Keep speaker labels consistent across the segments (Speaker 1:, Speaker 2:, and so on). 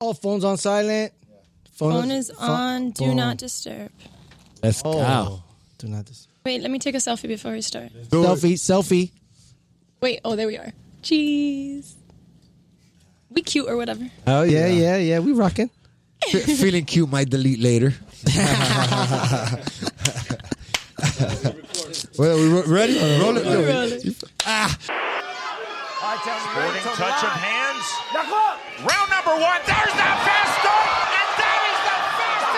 Speaker 1: All Oh, phones on silent.
Speaker 2: Phone is on. Do not disturb.
Speaker 3: Let's
Speaker 1: Oh,
Speaker 3: go.
Speaker 1: do not dis-
Speaker 2: Wait, let me take a selfie before we start.
Speaker 1: selfie. Selfie.
Speaker 2: Wait, oh, there we are. Cheese. We cute or whatever.
Speaker 1: Oh yeah, yeah, yeah. We rocking.
Speaker 4: Fe- feeling cute might delete later. well, we ro- ready? Roll it.
Speaker 5: Sporting touch of hands. Round number one. There's the fast start, and that is the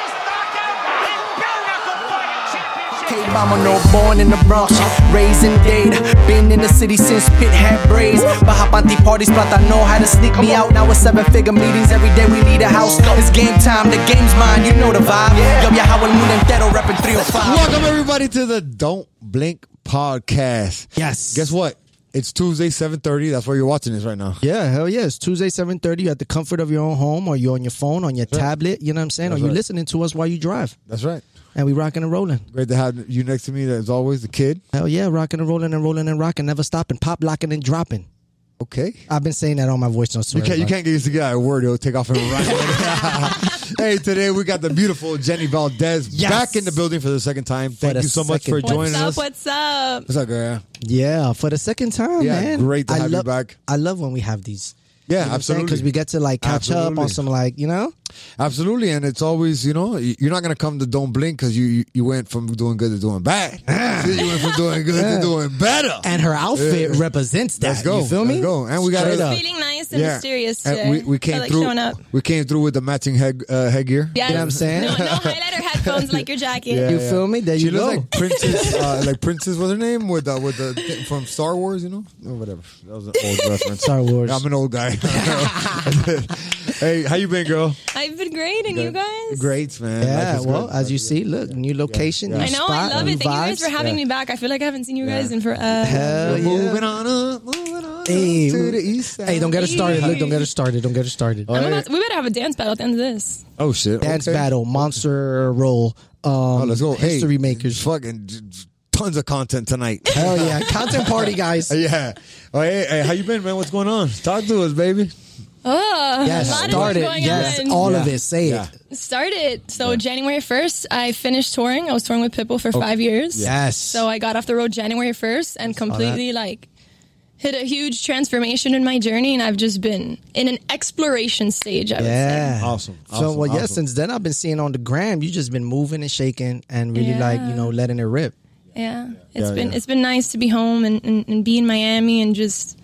Speaker 5: fastest knockout in bare knuckle fighting championship.
Speaker 6: K mama no born in the Bronx, raised in Dade. Been in the city since Pit had braids. Bahapanti parties, but I know how to sneak me out. Now it's seven figure meetings every day. We need a house. It's game time. The game's mine. You know the vibe. Yo, yeah, how el mundo entero reppin' 305.
Speaker 4: Welcome everybody to the Don't Blink podcast.
Speaker 1: Yes.
Speaker 4: Guess what? It's Tuesday, seven thirty. That's why you're watching this right now.
Speaker 1: Yeah, hell yeah. It's Tuesday, 7.30. You're at the comfort of your own home or you're on your phone, on your tablet. You know what I'm saying? or
Speaker 4: That's
Speaker 1: you
Speaker 4: right.
Speaker 1: listening to us while you drive.
Speaker 4: That's right.
Speaker 1: And we rocking and rolling.
Speaker 4: Great to have you next to me. As always, the kid.
Speaker 1: Hell yeah, rocking and rolling and rolling and rocking, never stopping, pop locking and dropping.
Speaker 4: Okay.
Speaker 1: I've been saying that on my voice notes.
Speaker 4: You can't, you can't get used to get a word. It'll take off and run. hey, today we got the beautiful Jenny Valdez
Speaker 1: Yes.
Speaker 4: back in the building for the second time. Thank
Speaker 1: the
Speaker 4: you so much for
Speaker 1: second time.
Speaker 4: joining
Speaker 2: What's up?
Speaker 4: us.
Speaker 2: What's up?
Speaker 4: What's up, girl?
Speaker 1: Yeah, for the second time,
Speaker 4: Yeah,
Speaker 1: man.
Speaker 4: great to
Speaker 1: I
Speaker 4: have you
Speaker 1: love-
Speaker 4: back.
Speaker 1: I love when we have these.
Speaker 4: Yeah,
Speaker 1: Because
Speaker 4: absolutely.
Speaker 1: we get to like catch up on
Speaker 4: Absolutely.
Speaker 1: some like, you know?
Speaker 4: Absolutely, and it's always you know y- you're not gonna come to don't blink because you, you you went from doing good to doing bad. you went from doing good to doing better.
Speaker 1: And her outfit
Speaker 4: Yeah.
Speaker 1: represents that.
Speaker 4: Let's go.
Speaker 1: You feel me?
Speaker 4: Let's go. And we got
Speaker 1: Straight
Speaker 4: it.
Speaker 1: up. Uh,
Speaker 2: Feeling nice and mysterious
Speaker 4: And
Speaker 2: today.
Speaker 4: we, we
Speaker 2: I
Speaker 4: came
Speaker 2: like
Speaker 4: through.
Speaker 2: showing up.
Speaker 4: We came through with the matching head uh, headgear.
Speaker 2: Yeah.
Speaker 1: You know what I'm saying?
Speaker 2: No, no highlighter headphones like your jacket.
Speaker 4: Yeah,
Speaker 1: You
Speaker 4: yeah.
Speaker 1: feel me? There
Speaker 4: She
Speaker 1: you
Speaker 4: looks
Speaker 1: go.
Speaker 4: like Princess, uh, like Princess. What's her name with uh, with the thing from Star Wars? You know, or Oh, whatever. That was an old reference.
Speaker 1: Star Wars.
Speaker 4: I'm an old guy. hey, how you been, girl?
Speaker 2: I've been great, and you guys?
Speaker 4: Great, man. Life
Speaker 1: Yeah,
Speaker 4: is
Speaker 1: well,
Speaker 4: good.
Speaker 1: as you see, look, new location, new
Speaker 2: I know,
Speaker 1: spot,
Speaker 2: I love
Speaker 1: new
Speaker 2: it. Thank you guys
Speaker 1: vibes.
Speaker 2: for having me
Speaker 4: Yeah.
Speaker 2: back. I feel like I haven't seen you guys
Speaker 4: Yeah.
Speaker 2: in forever.
Speaker 1: Hell
Speaker 4: We're
Speaker 1: yeah.
Speaker 4: moving on up, moving on
Speaker 1: Hey,
Speaker 4: up to
Speaker 1: we-
Speaker 4: the east side.
Speaker 1: Hey, don't get us started. Look, don't get us started. Don't get us started.
Speaker 2: I'm about to- we better have a dance battle at the end of this.
Speaker 4: Oh shit!
Speaker 1: Dance
Speaker 4: Okay.
Speaker 1: battle, monster roll. Um,
Speaker 4: Oh, let's go. Hey,
Speaker 1: History makers.
Speaker 4: Fucking j- j- tons of content tonight.
Speaker 1: Hell yeah, content party guys.
Speaker 4: yeah. Oh, hey, hey, how you been, man? What's going on? Talk to us, baby.
Speaker 2: Oh, a
Speaker 1: Yes,
Speaker 2: lot
Speaker 1: start
Speaker 2: of
Speaker 1: it.
Speaker 2: work going
Speaker 1: Yes,
Speaker 2: on.
Speaker 1: all
Speaker 4: Yeah.
Speaker 1: of it. Say
Speaker 4: Yeah.
Speaker 1: it.
Speaker 2: started. So January 1st, I finished touring. I was touring with Pitbull
Speaker 1: Oh,
Speaker 2: for five years.
Speaker 1: Yes.
Speaker 2: So uh, I got off the road January 1st and completely like hit a huge transformation in my journey. And I've just been in an exploration stage, I would say.
Speaker 1: yeah.
Speaker 4: Awesome,
Speaker 1: So
Speaker 4: awesome,
Speaker 1: well, yeah.
Speaker 4: awesome.
Speaker 1: Since then, I've been seeing on the gram. You just been moving and shaking and really
Speaker 2: Yeah.
Speaker 1: like you know letting it rip.
Speaker 2: Yeah. It's
Speaker 4: Yeah,
Speaker 2: been
Speaker 4: yeah.
Speaker 2: it's been nice to be home and, and, and be in Miami and just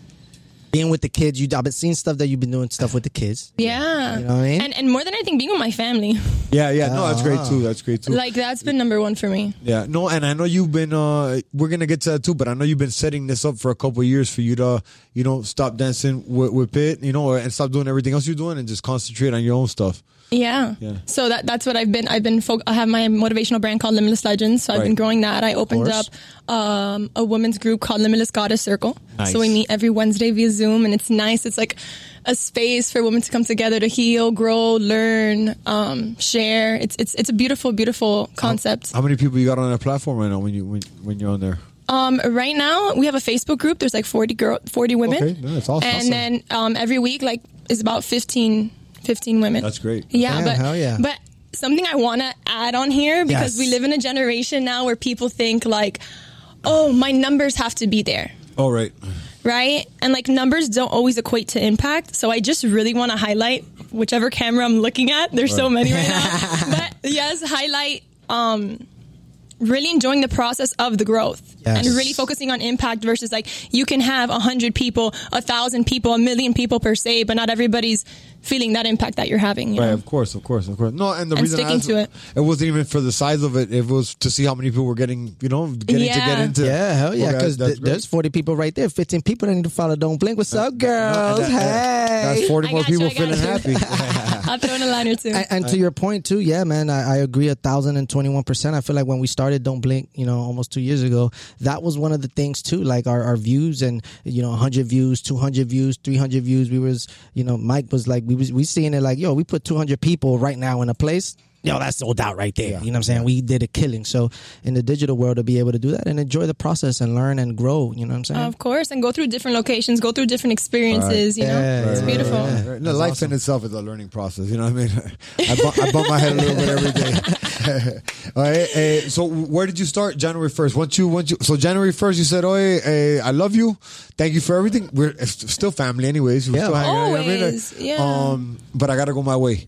Speaker 1: Being with the kids, you I've been seeing stuff that you've been doing stuff with the kids.
Speaker 2: yeah.
Speaker 1: You know what I mean?
Speaker 2: And and more than anything being with my family.
Speaker 4: Yeah, yeah. No, that's
Speaker 1: Ah.
Speaker 4: great too. That's great too.
Speaker 2: like that's been number one for me.
Speaker 4: yeah. No, and I know you've been. uh We're gonna get to that too, but I know you've been setting this up for a couple of years for you to, you know, stop dancing with, with Pit, you know, and stop doing everything else you're doing and just concentrate on your own stuff.
Speaker 2: Yeah.
Speaker 4: Yeah.
Speaker 2: So that that's what I've been. I've been. Fo- I have my motivational brand called Limitless Legends. So I've been
Speaker 4: Right.
Speaker 2: growing that. I opened
Speaker 1: course.
Speaker 2: up um, a women's group called Limitless Goddess Circle.
Speaker 4: Nice.
Speaker 2: So we meet every Wednesday via Zoom, and it's nice. It's like a space for women to come together to heal, grow, learn, um, share. It's it's it's a beautiful, beautiful concept.
Speaker 4: How many people you got on that platform right now when you when, when you're on there?
Speaker 2: Um, right now we have a Facebook group. There's like 40 girl, 40 women.
Speaker 4: Okay, yeah, that's awesome.
Speaker 2: And
Speaker 4: Awesome.
Speaker 2: then um, every week, like, is about 15, 15 women.
Speaker 4: That's great.
Speaker 2: Yeah,
Speaker 1: Damn,
Speaker 2: but
Speaker 1: hell yeah.
Speaker 2: but something I want to add on here because
Speaker 1: Yes.
Speaker 2: we live in a generation now where people think like, oh, my numbers have to be there.
Speaker 4: All right.
Speaker 2: Right? And like numbers don't always equate to impact. So I just really want to highlight whichever camera I'm looking at. There's so many right now. but yes, highlight um really enjoying the process of the growth
Speaker 1: Yes.
Speaker 2: and really focusing on impact versus like you can have 100 people, 1000 people, a million people per se, but not everybody's feeling that impact that you're having, you
Speaker 4: Right,
Speaker 2: know?
Speaker 4: of course, of course, of course. No, and the
Speaker 2: And
Speaker 4: reason I
Speaker 2: sticking
Speaker 4: asked-
Speaker 2: to it.
Speaker 4: it wasn't even for the size of it. It was to see how many people were getting, you know, getting to get
Speaker 2: Yeah.
Speaker 4: into.
Speaker 1: Yeah, hell yeah.
Speaker 4: Okay,
Speaker 1: Because
Speaker 4: that's great.
Speaker 1: there's 40 people right Uh, there, 15 people that need to follow Don't Blink. What's up, girls?
Speaker 4: That- that-
Speaker 1: hey.
Speaker 4: that's forty
Speaker 2: I
Speaker 4: more
Speaker 2: got you,
Speaker 4: people
Speaker 2: I got
Speaker 4: feeling
Speaker 2: you.
Speaker 4: happy.
Speaker 2: I'll throw in a line or two.
Speaker 1: And, and to your point, too, yeah, man, I, I agree a thousand and twenty one percent. I feel like when we started Don't Blink, you know, almost two years ago, that was one of the things, too, like our, our views and, you know, 100 views, 200 views, 300 views. We was, you know, Mike was like, we was we seeing it like, yo, we put 200 people right now in a place. yo, that's sold out right there. You know what I'm saying? We did a killing. So in the digital world, to be able to do that and enjoy the process and learn and grow. You know what I'm saying?
Speaker 2: Of course, and go through different locations, go through different experiences. You know,
Speaker 1: Yeah,
Speaker 2: it's
Speaker 1: yeah,
Speaker 2: beautiful.
Speaker 1: yeah.
Speaker 4: Right. No, life in itself is a learning process. You know what I mean? I, bu- I bump my head a little bit every day. All right. eh, so where did you start? January first. Once you, once you, so January first, you said, "Oh, I love you. Thank you for everything. We're it's still family, anyways. We're
Speaker 1: Yeah.
Speaker 4: still hanging out, you know what I mean?
Speaker 2: Always,
Speaker 4: Like,
Speaker 2: yeah.
Speaker 4: Um, but I gotta go my way.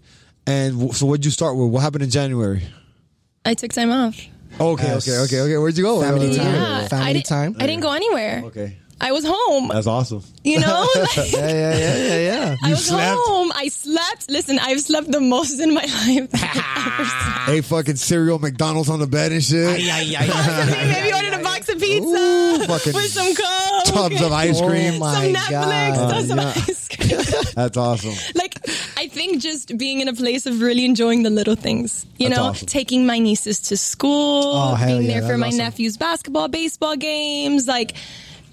Speaker 4: And w- so, what'd you start with? What happened in January?
Speaker 2: I took time off.
Speaker 4: Okay,
Speaker 1: Yes.
Speaker 4: okay, okay, okay. Where'd you go?
Speaker 1: Family
Speaker 4: Okay.
Speaker 1: time.
Speaker 2: Yeah,
Speaker 1: Family
Speaker 2: I didn't,
Speaker 1: time.
Speaker 2: I didn't go anywhere.
Speaker 4: Okay,
Speaker 2: I was home.
Speaker 4: that's awesome.
Speaker 2: You know, like,
Speaker 1: Yeah, yeah, yeah, yeah, yeah.
Speaker 2: I was
Speaker 4: slept?
Speaker 2: home. I slept. Listen, I've slept the most in my life.
Speaker 4: Hey, fucking cereal, McDonald's on the bed and shit.
Speaker 2: Maybe ordered a box of pizza
Speaker 4: Ooh, fucking
Speaker 2: with some coke,
Speaker 4: Tubs of ice
Speaker 1: Oh
Speaker 4: cream.
Speaker 1: my
Speaker 2: some Netflix,
Speaker 1: God.
Speaker 2: tubs of
Speaker 4: Yeah.
Speaker 2: ice cream.
Speaker 4: That's awesome.
Speaker 2: like I think just being in a place of really enjoying the little things, you
Speaker 4: That's
Speaker 2: know,
Speaker 4: awesome.
Speaker 2: taking my nieces to school,
Speaker 1: Oh, hell
Speaker 2: being
Speaker 1: yeah,
Speaker 2: there for
Speaker 1: that's
Speaker 2: my
Speaker 1: awesome.
Speaker 2: nephew's basketball, baseball games, like.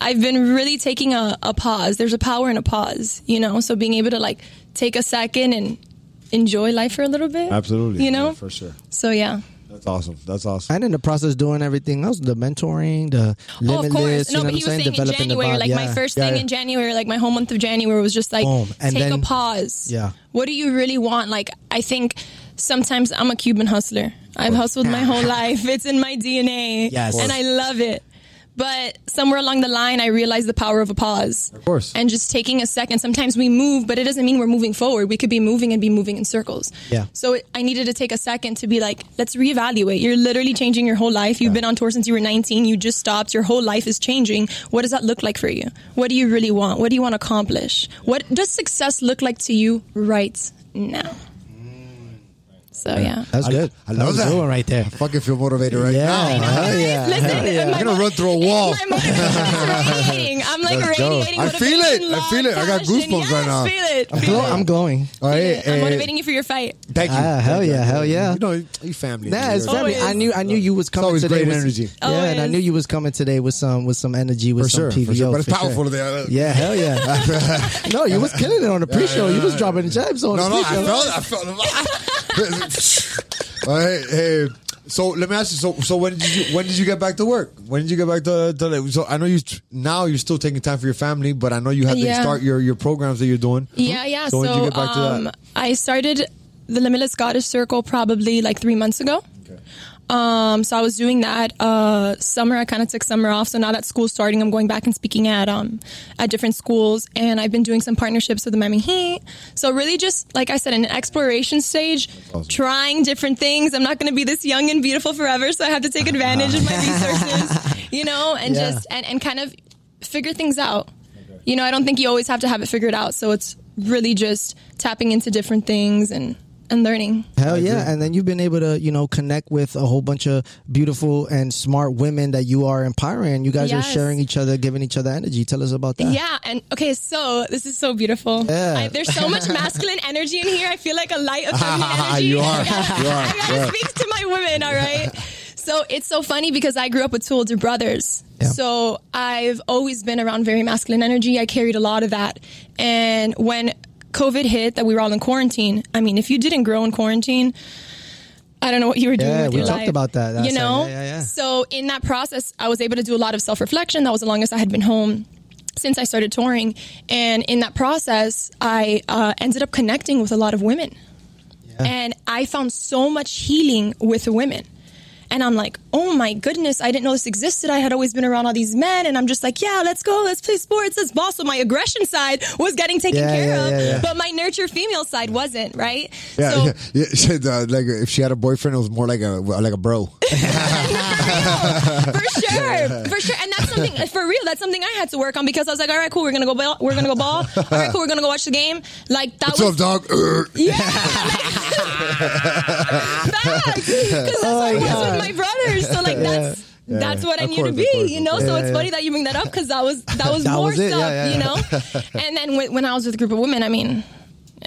Speaker 2: I've been really taking a, a pause. There's a power in a pause, you know. So being able to like take a second and enjoy life for a little bit,
Speaker 4: Absolutely.
Speaker 2: you know.
Speaker 4: Yeah, for sure.
Speaker 2: So yeah,
Speaker 4: That's awesome. That's awesome.
Speaker 1: And in the process, doing everything else, the mentoring, the
Speaker 2: Oh, of
Speaker 1: limitless,
Speaker 2: course.
Speaker 1: you know what I'm
Speaker 2: No, but he was
Speaker 1: saying?
Speaker 2: saying in
Speaker 1: Developing the
Speaker 2: January,
Speaker 1: vibe.
Speaker 2: like my
Speaker 1: Yeah.
Speaker 2: first
Speaker 1: Yeah,
Speaker 2: thing
Speaker 1: yeah.
Speaker 2: in January, like my whole month of January was just like
Speaker 1: Boom. And
Speaker 2: take
Speaker 1: then-
Speaker 2: a pause.
Speaker 1: Yeah.
Speaker 2: What do you really want? Like I think sometimes I'm a Cuban hustler. I've hustled my whole life. It's in my DNA.
Speaker 1: Yes.
Speaker 2: And I love it. But somewhere along the line I realized the power of a pause. Of
Speaker 4: course.
Speaker 2: And just taking a second. Sometimes we move, but it doesn't mean we're moving forward. We could be moving and be moving in circles.
Speaker 1: Yeah.
Speaker 2: So it, I needed to take a second to be like, let's reevaluate. You're literally changing your whole life. You've been on tour since you were 19. You just stopped. Your whole life is changing. What does that look like for you? What do you really want? What do you want to accomplish? What does success look like to you right now? So yeah.
Speaker 1: That's good.
Speaker 4: I love
Speaker 1: was a
Speaker 4: that.
Speaker 1: good one right there.
Speaker 4: I fucking feel motivated right
Speaker 1: Yeah.
Speaker 4: now.
Speaker 1: Hell
Speaker 2: Guys,
Speaker 1: yeah.
Speaker 2: Listen,
Speaker 1: Hell
Speaker 2: my
Speaker 4: I'm gonna
Speaker 2: mo-
Speaker 4: run through a wall.
Speaker 2: My motivation's radiating. I'm like
Speaker 4: Let's go.
Speaker 2: radiating.
Speaker 4: I feel it.
Speaker 2: motivation,
Speaker 4: I
Speaker 2: love,
Speaker 4: feel it. I got
Speaker 2: passion.
Speaker 4: goosebumps
Speaker 2: yes,
Speaker 4: right now.
Speaker 2: Feel it.
Speaker 1: I'm,
Speaker 2: Feel
Speaker 1: go-
Speaker 2: it.
Speaker 1: I'm going.
Speaker 4: All right,
Speaker 2: I'm
Speaker 4: eh,
Speaker 2: motivating you for your fight.
Speaker 4: Thank you.
Speaker 1: Ah, hell
Speaker 4: Thank you.
Speaker 1: yeah, hell yeah.
Speaker 4: You know, you you family.
Speaker 1: Nah, it's
Speaker 4: You're-
Speaker 1: family. I
Speaker 2: Always.
Speaker 1: knew, I knew you was coming
Speaker 4: always
Speaker 1: today.
Speaker 4: great
Speaker 1: with,
Speaker 4: energy.
Speaker 1: Yeah, and I
Speaker 2: Always.
Speaker 1: knew you was coming today with some, with some energy, with
Speaker 4: For
Speaker 1: some
Speaker 4: sure,
Speaker 1: PVO.
Speaker 4: for sure. But it's
Speaker 1: for
Speaker 4: powerful
Speaker 1: sure.
Speaker 4: today.
Speaker 1: Yeah, hell yeah. no, you was killing it on the pre-show. You was dropping jabs on the
Speaker 4: No, no,
Speaker 1: pre-show.
Speaker 4: I felt it. I felt it. All right, hey. So let me ask you. So, so when did you when did you get back to work? When did you get back to, to so? I know you now you're still taking time for your family, but I know you had to
Speaker 2: Yeah.
Speaker 4: start your, your programs that you're doing.
Speaker 2: Yeah, yeah.
Speaker 4: Uh-huh. So
Speaker 2: So,
Speaker 4: when did you get back to that?
Speaker 2: um, I started the Limitless Scottish Circle probably like three months ago. Um, so I was doing that uh, summer. I kind of took summer off. So now that school's starting, I'm going back and speaking at um, at different schools, and I've been doing some partnerships with the Miami Heat. So really, just like I said, in an exploration stage, trying different things. I'm not going to be this young and beautiful forever, so I have to take advantage of my resources, you know, and
Speaker 1: Yeah.
Speaker 2: just and, and kind of figure things out. You know, I don't think you always have to have it figured out. So it's really just tapping into different things and and learning.
Speaker 1: Hell yeah! And then you've been able to, you know, connect with a whole bunch of beautiful and smart women that you are empowering. You guys
Speaker 2: Yes.
Speaker 1: are sharing each other, giving each other energy. Tell us about that.
Speaker 2: Yeah, and okay, so this is so beautiful.
Speaker 1: Yeah.
Speaker 2: I, there's so much masculine energy in here. I feel like a light of feminine energy.
Speaker 4: You are.
Speaker 2: I gotta,
Speaker 4: You are.
Speaker 2: I gotta
Speaker 4: You are.
Speaker 2: speak to my women, all right? So it's so funny because I grew up with two older brothers.
Speaker 1: Yeah.
Speaker 2: So I've always been around very masculine energy. I carried a lot of that. And when COVID hit that we were all in quarantine, I mean, if you didn't grow in quarantine, I don't know what you were doing
Speaker 1: Yeah,
Speaker 2: with
Speaker 1: we
Speaker 2: your
Speaker 1: talked
Speaker 2: life.
Speaker 1: about that last
Speaker 2: you
Speaker 1: time.
Speaker 2: know?
Speaker 1: Yeah, yeah, yeah.
Speaker 2: So in that process, I was able to do a lot of self reflection. That was the longest I had been home since I started touring, and in that process, I uh, ended up connecting with a lot of women, and I found so much healing with women. And I'm like, oh my goodness, I didn't know this existed. I had always been around all these men, and I'm just like, yeah, let's go, let's play sports, let's ball. So my aggression side was getting taken
Speaker 1: Yeah,
Speaker 2: care
Speaker 1: yeah,
Speaker 2: of,
Speaker 1: yeah, yeah.
Speaker 2: but my nurture female side wasn't, right?
Speaker 4: Yeah,
Speaker 2: so,
Speaker 4: yeah, yeah, she- uh, like if she had a boyfriend, it was more like a uh, like a bro.
Speaker 2: for sure, for sure. And that's something for real. That's something I had to work on because I was like, all right, cool, we're gonna go ball, we're gonna go ball. All right, cool, we're gonna go watch the game. Like that
Speaker 4: What's
Speaker 2: was
Speaker 4: up, dog? Uh,
Speaker 2: yeah. Because that's what I was with my brothers. So like that's. That's what I
Speaker 4: Of
Speaker 2: knew
Speaker 4: course,
Speaker 2: to
Speaker 4: of
Speaker 2: be,
Speaker 4: course,
Speaker 2: you
Speaker 4: of
Speaker 2: know.
Speaker 4: course.
Speaker 2: so it's funny that you bring that up because that was that was
Speaker 1: That
Speaker 2: more
Speaker 1: was it.
Speaker 2: stuff,
Speaker 1: Yeah, yeah,
Speaker 2: you know. and then when, when I was with a group of women, I mean,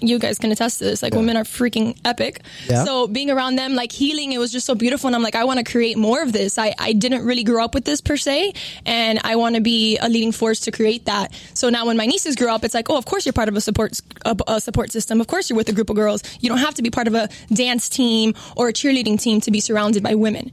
Speaker 2: you guys can attest to this. Like women are freaking epic.
Speaker 1: Yeah.
Speaker 2: So being around them, like healing, it was just so beautiful. And I'm like, I want to create more of this. I, I didn't really grow up with this per se, and I want to be a leading force to create that. So now when my nieces grow up, it's like, oh, of course you're part of a support a, a support system. Of course you're with a group of girls. You don't have to be part of a dance team or a cheerleading team to be surrounded by women.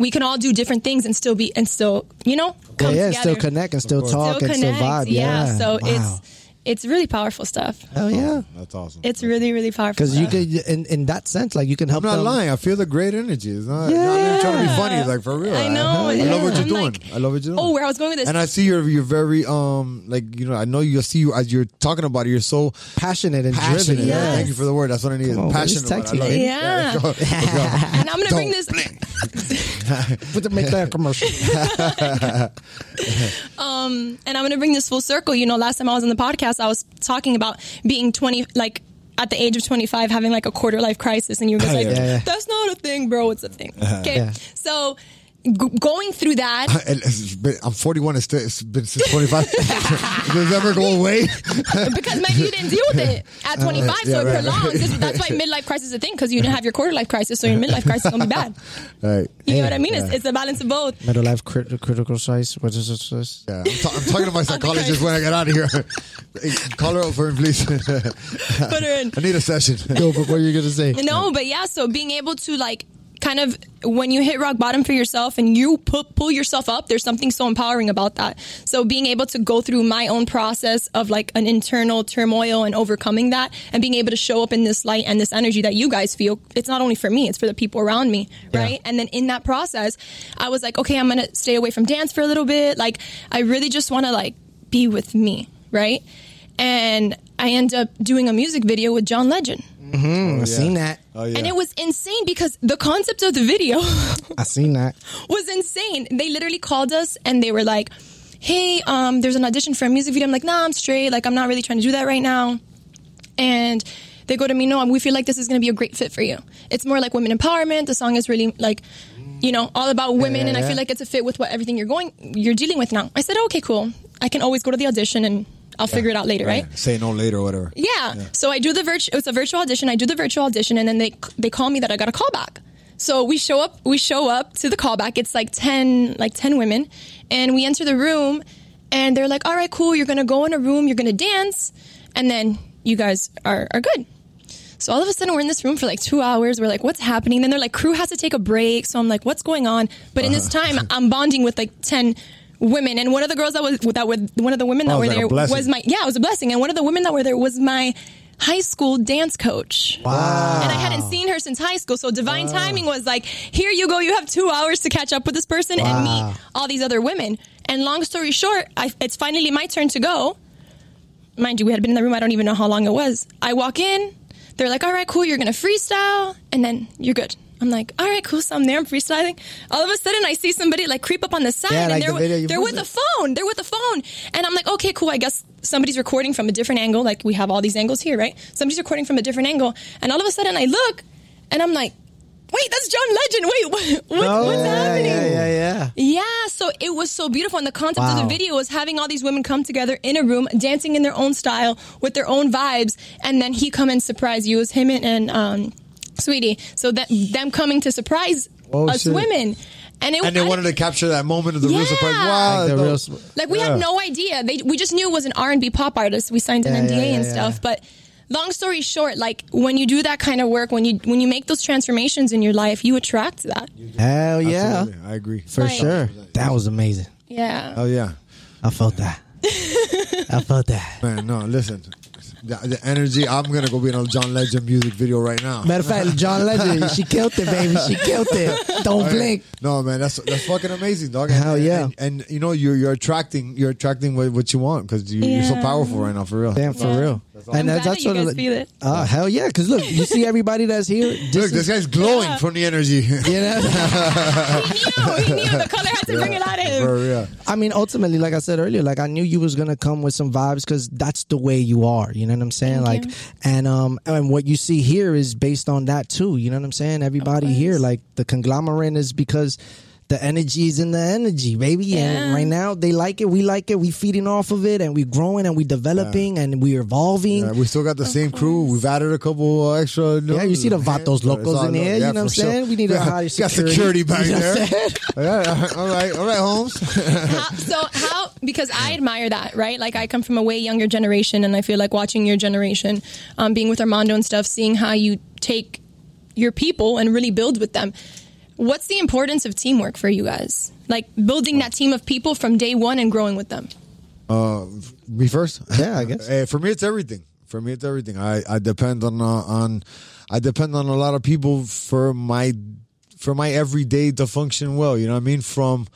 Speaker 2: We can all do different things and still be and still, you know,
Speaker 1: Yeah,
Speaker 2: come
Speaker 1: yeah,
Speaker 2: together
Speaker 1: still connect and still talk
Speaker 2: still
Speaker 1: and still
Speaker 2: connect.
Speaker 1: vibe.
Speaker 2: yeah.
Speaker 1: Yeah,
Speaker 2: So
Speaker 1: Wow.
Speaker 2: it's it's really powerful stuff.
Speaker 1: hell yeah.
Speaker 4: That's awesome.
Speaker 2: It's really really powerful.
Speaker 1: Because you
Speaker 2: stuff.
Speaker 1: could, in, in that sense, like you can help
Speaker 4: I'm not
Speaker 1: them.
Speaker 4: lying. I feel the great energy. It's not, yeah. not even trying to be funny. Like for real.
Speaker 2: I know,
Speaker 4: I,
Speaker 2: yeah.
Speaker 4: love what you're
Speaker 2: I'm
Speaker 4: doing.
Speaker 2: like-
Speaker 4: I love what you're doing.
Speaker 2: Oh, where I was going with this.
Speaker 4: And I see you're you're very um like you know I know you I see you as you're talking about it. You're so
Speaker 1: Passionate and
Speaker 4: passionate.
Speaker 1: driven.
Speaker 2: Yes.
Speaker 4: Thank you for the word. That's what I need.
Speaker 1: Come on,
Speaker 4: passionate.
Speaker 1: baby, it's
Speaker 4: about
Speaker 1: sexy,
Speaker 4: it. I love it.
Speaker 2: Yeah.
Speaker 4: let's go. Let's go.
Speaker 2: and I'm gonna bring
Speaker 4: Don't
Speaker 2: this.
Speaker 1: Put the- Make that a commercial.
Speaker 2: and I'm going to bring this full circle. You know, last time I was on the podcast, I was talking about being 20, like at the age of 25, having like a quarter life crisis. And you were just like,
Speaker 1: Yeah, yeah.
Speaker 2: that's not a thing, bro. It's a thing. Okay.
Speaker 1: Yeah.
Speaker 2: So g- going through that,
Speaker 4: And it's been- I'm 41. It's, still, it's been since 25. Does it ever go away?
Speaker 2: because maybe you didn't deal with it at 25, so
Speaker 4: yeah,
Speaker 2: it
Speaker 4: right, right.
Speaker 2: prolongs. That's- That's why midlife crisis is a thing because you didn't have your quarter life crisis, so your midlife crisis is going to be bad.
Speaker 4: All right.
Speaker 2: You know what I mean? It's, it's a balance of both.
Speaker 1: Middle life crit- critical size. What is this- this?
Speaker 4: Yeah, I'm, ta- I'm talking to my psychologist when I get out of here. Hey, Call her up for me, please.
Speaker 2: Put her in.
Speaker 4: I need a session.
Speaker 1: Yo, but what are you gonna say?
Speaker 2: No, but yeah, so being able to like kind of when you hit rock bottom for yourself and you pu- pull yourself up, there's something so empowering about that. So being able to go through my own process of like an internal turmoil and overcoming that and being able to show up in this light and this energy that you guys feel, it's not only for me, it's for the people around me, right? And then in that process, I was like, okay, I'm going to stay away from dance for a little bit. Like I really just want to like be with me, right? And I end up doing a music video with John Legend.
Speaker 1: Hmm, I seen that.
Speaker 4: Oh, yeah.
Speaker 2: And it was insane because the concept of the video
Speaker 1: I seen that.
Speaker 2: was insane. They literally called us and they were like, "Hey, um, there's an audition for a music video." I'm like, "Nah, I'm straight. Like, I'm not really trying to do that right now." And they go to me, "No, we feel like this is going to be a great fit for you. It's more like women empowerment. The song is really like, you know, all about women, and I feel like it's a fit with what everything you're going, you're dealing with now." I said, "Oh, "Okay, cool. I can always go to the audition and I'll figure it out later, right?"
Speaker 4: Say no later or whatever.
Speaker 2: Yeah. So I do the virtual. It's a virtual audition. I do the virtual audition, and then they they call me that I got a callback. So we show up. We show up to the callback. It's like ten like ten women, and we enter the room, and they're like, "All right, cool. You're gonna go in a room. You're gonna dance, and then you guys are are good." So all of a sudden we're in this room for like two hours. We're like, what's happening? Then they're like, crew has to take a break. So I'm like, what's going on? But in
Speaker 4: Uh-huh.
Speaker 2: this time, I'm bonding with like ten women, and one of the girls that was that with one of the women that
Speaker 4: Oh,
Speaker 2: were
Speaker 4: like a
Speaker 2: there
Speaker 4: blessing.
Speaker 2: was my yeah, it was a blessing. And one of the women that were there was my high school dance coach. Wow. And I hadn't seen her since high school. So divine timing was like, here you go. You have two hours to catch up with this person and meet all these other women. And long story short, I, it's finally my turn to go mind you, we had been in the room. I don't even know how long it was. I walk in. They're like, all right, cool. You're going to freestyle. And then you're good. I'm like, all right, cool. So I'm there. I'm freestyling. All of a sudden, I see somebody like creep up on the side
Speaker 1: Yeah,
Speaker 2: and
Speaker 1: like
Speaker 2: they're,
Speaker 1: the video you
Speaker 2: they're with a
Speaker 1: posted.
Speaker 2: phone. They're with a phone. And I'm like, okay, cool. I guess somebody's recording from a different angle. Like we have all these angles here, right? Somebody's recording from a different angle. And all of a sudden, I look and I'm like, wait, that's John Legend. Wait, what, what, what's
Speaker 1: Oh, yeah,
Speaker 2: happening?
Speaker 1: Yeah, yeah, yeah.
Speaker 2: Yeah, so it was so beautiful. And the concept of
Speaker 1: Wow.
Speaker 2: the video was having all these women come together in a room, dancing in their own style with their own vibes, and then he come and surprise you. It was him and, and um, Sweetie. So that them coming to surprise
Speaker 1: Oh,
Speaker 2: us
Speaker 1: shit.
Speaker 2: women, and it
Speaker 4: And they
Speaker 2: I-
Speaker 4: wanted to capture that moment of the real
Speaker 2: Yeah.
Speaker 4: surprise.
Speaker 1: Like
Speaker 4: Wow.
Speaker 1: the
Speaker 4: no.
Speaker 1: real s-
Speaker 2: like we had no idea. They we just knew it was an R and B pop artist. We signed an
Speaker 1: Yeah,
Speaker 2: NDA
Speaker 1: yeah,
Speaker 2: and
Speaker 1: yeah,
Speaker 2: stuff.
Speaker 1: yeah.
Speaker 2: But long story short, like when you do that kind of work, when you when you make those transformations in your life, you attract that.
Speaker 1: Hell yeah.
Speaker 4: Absolutely. I agree.
Speaker 1: For
Speaker 2: Like-
Speaker 1: sure. That was amazing.
Speaker 2: Yeah.
Speaker 4: Oh, yeah.
Speaker 1: I felt that. I felt that.
Speaker 4: Man, no, listen. The, the energy, I'm going to go be in a John Legend music video right now.
Speaker 1: Matter of fact, John Legend, she killed it, baby. She killed it. Don't blink.
Speaker 4: No, man, that's that's fucking amazing, dog. And-
Speaker 1: Hell yeah.
Speaker 4: And, and, you know, you're you're attracting you're attracting what, what you want because you, you're so
Speaker 2: Yeah.
Speaker 4: powerful right now, for real.
Speaker 1: Damn, for
Speaker 2: Yeah.
Speaker 1: real. uh,
Speaker 2: I'm glad that you
Speaker 1: what
Speaker 2: guys
Speaker 1: like-
Speaker 2: feel it.
Speaker 1: Oh, hell yeah. Because look, you see everybody that's here. This
Speaker 4: Look,
Speaker 1: is,
Speaker 4: this guy's glowing
Speaker 2: Yeah.
Speaker 4: from the energy.
Speaker 1: you know?
Speaker 2: He knew. He knew the color had to bring it out of him.
Speaker 4: for real.
Speaker 1: I mean, ultimately, like I said earlier, like I knew you was gonna come with some vibes because that's the way you are. You know what I'm saying? like, and um, and what you see here is based on that too. You know what I'm saying? Everybody here, like the conglomerate, is because the energy is in the energy, baby. And
Speaker 2: Yeah.
Speaker 1: right now they like it, we like it, we feeding off of it, and we growing and we developing and we evolving.
Speaker 4: Yeah, we still got the same crew. We've added a couple uh, extra.
Speaker 1: Yeah, you see the Vatos Locos in there, you know what I'm saying? We need a higher
Speaker 4: Got security
Speaker 1: security.
Speaker 4: back
Speaker 1: You know what
Speaker 4: there.
Speaker 1: I'm saying?
Speaker 4: Yeah, all right, all right, Holmes.
Speaker 2: how, so how because i admire that right like i come from a way younger generation and i feel like watching your generation um, being with armando and stuff seeing how you take your people and really build with them what's the importance of teamwork for you guys like building that team of people from day one and growing with them
Speaker 4: me first.
Speaker 1: Yeah, I guess.
Speaker 4: Uh, for me, it's everything. For me, it's everything. I, I depend on uh, on I depend on a lot of people for my for my everyday to function well. You know what I mean? From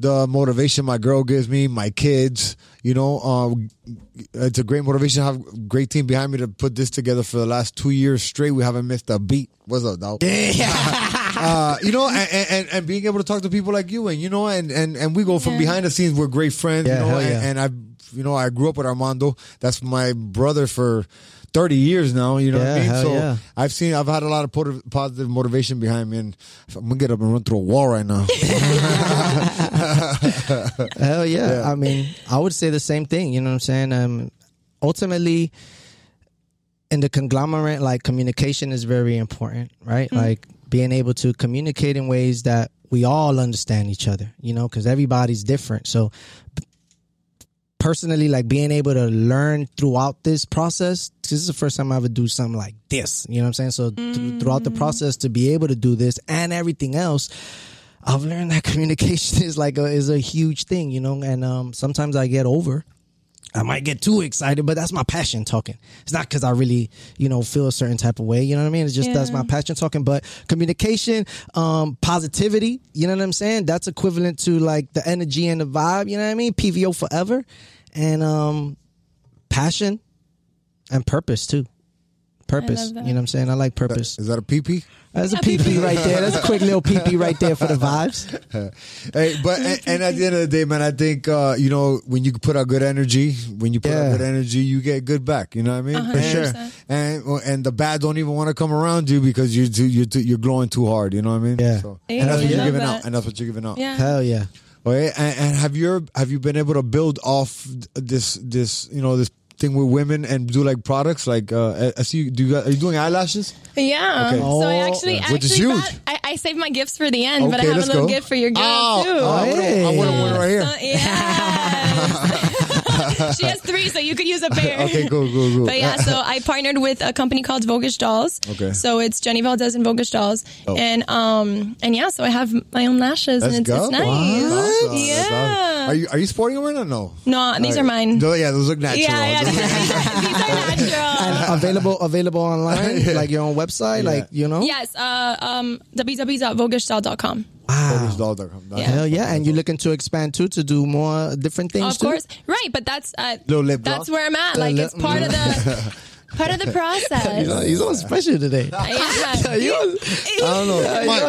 Speaker 4: the motivation my girl gives me, my kids. You know, uh, it's a great motivation. I have a great team behind me to put this together for the last two years straight. We haven't missed a beat. What's up, dog? uh, you know, and, and- and and being able to talk to people like you, and you know, and and, and we go from
Speaker 2: Yeah.
Speaker 4: behind the scenes. We're great friends,
Speaker 1: Yeah,
Speaker 4: you know,
Speaker 1: hell yeah.
Speaker 4: and, and I, you know, I grew up with Armando. That's my brother for thirty years now. You know what
Speaker 1: Yeah,
Speaker 4: I mean?
Speaker 1: hell
Speaker 4: so
Speaker 1: yeah.
Speaker 4: I've seen, I've had a lot of po- positive motivation behind me, and I'm gonna get up and run through a wall right now.
Speaker 1: Hell yeah. I mean, I would say the same thing. You know what I'm saying? Um, ultimately, in the conglomerate, like communication is very important, right? Like being able to communicate in ways that we all understand each other, you know, because everybody's different. So, p- personally, like being able to learn throughout this process, 'cause this is the first time I ever do something like this, you know what I'm saying? So, th- throughout the process, to be able to do this and everything else, I've learned that communication is like a, is a huge thing, you know. And um, sometimes I get over. I might get too excited, but that's my passion talking. It's not because I really, you know, feel a certain type of way. You know what I mean? It's just that's
Speaker 2: Yeah.
Speaker 1: my passion talking. But communication, um, positivity. You know what I'm saying? That's equivalent to like the energy and the vibe. You know what I mean? PVO forever, and um, passion and purpose too. Purpose. You know
Speaker 2: that.
Speaker 1: what I'm saying? I like purpose.
Speaker 4: Is that a PP?
Speaker 1: That's a PP right there. That's a quick little PP right there for the vibes.
Speaker 4: Hey, but and, and at the end of the day, man, I think uh, you know when you put out good energy, when you put
Speaker 1: Yeah.
Speaker 4: out good energy, you get good back. You know what I mean?
Speaker 2: hundred
Speaker 4: For sure.
Speaker 2: percent.
Speaker 4: And and the bad don't even want to come around you because you too, you're too, you're glowing too hard. You know what I mean?
Speaker 1: Yeah.
Speaker 4: and that's
Speaker 2: Yeah,
Speaker 4: what you're
Speaker 2: love
Speaker 4: giving
Speaker 2: that.
Speaker 4: out. And that's what you're giving out.
Speaker 2: yeah
Speaker 1: Hell yeah.
Speaker 4: Okay, and, and have you have you been able to build off this this you know this thing with women and do like products like uh, I I see you, do you got, are you doing eyelashes?
Speaker 2: yeah
Speaker 4: Okay.
Speaker 2: so i
Speaker 1: Oh,
Speaker 2: actually I
Speaker 4: which is
Speaker 2: actually
Speaker 4: huge.
Speaker 2: got- I, I saved my gifts for the end but i
Speaker 4: Okay,
Speaker 2: have a
Speaker 4: let's
Speaker 2: little
Speaker 4: go.
Speaker 2: gift for your girl
Speaker 4: Oh,
Speaker 2: too
Speaker 4: oh, I wanna- I want to one right here.
Speaker 2: Uh, yes. she has three, so you could use a pair.
Speaker 4: Okay, cool, cool, cool.
Speaker 2: But yeah, so I partnered with a company called Vogish Dolls.
Speaker 4: Okay. Oh.
Speaker 2: So it's Jenny Valdez and Vogish Dolls, and um and yeah, so I have my own lashes,
Speaker 4: Let's
Speaker 2: and it's,
Speaker 4: go.
Speaker 2: it's nice.
Speaker 4: That's awesome.
Speaker 2: Yeah.
Speaker 4: That's awesome. Are you are you sporting them right now? No.
Speaker 2: No, these
Speaker 4: All
Speaker 2: are
Speaker 4: right.
Speaker 2: mine.
Speaker 4: Tho- yeah, those look natural.
Speaker 2: yeah, yeah,
Speaker 4: Those
Speaker 2: these
Speaker 4: look-
Speaker 2: are natural.
Speaker 1: And available available online, like your own website, like you know.
Speaker 2: Yes, uh, um, www.voguishdoll.com.
Speaker 1: Wow.
Speaker 4: Those.com.
Speaker 2: Yeah.
Speaker 1: Hell yeah! And you're looking to expand too to do more different things
Speaker 2: Of
Speaker 1: too.
Speaker 2: course, right? But that's uh,
Speaker 4: Little lip
Speaker 2: that's
Speaker 4: gloss.
Speaker 2: where I'm at. Like
Speaker 1: Little
Speaker 2: it's part of the part of the
Speaker 1: He's on,
Speaker 2: process.
Speaker 1: Uh, he's on special today.
Speaker 2: Yeah.
Speaker 1: He on-
Speaker 4: I don't know. Mike,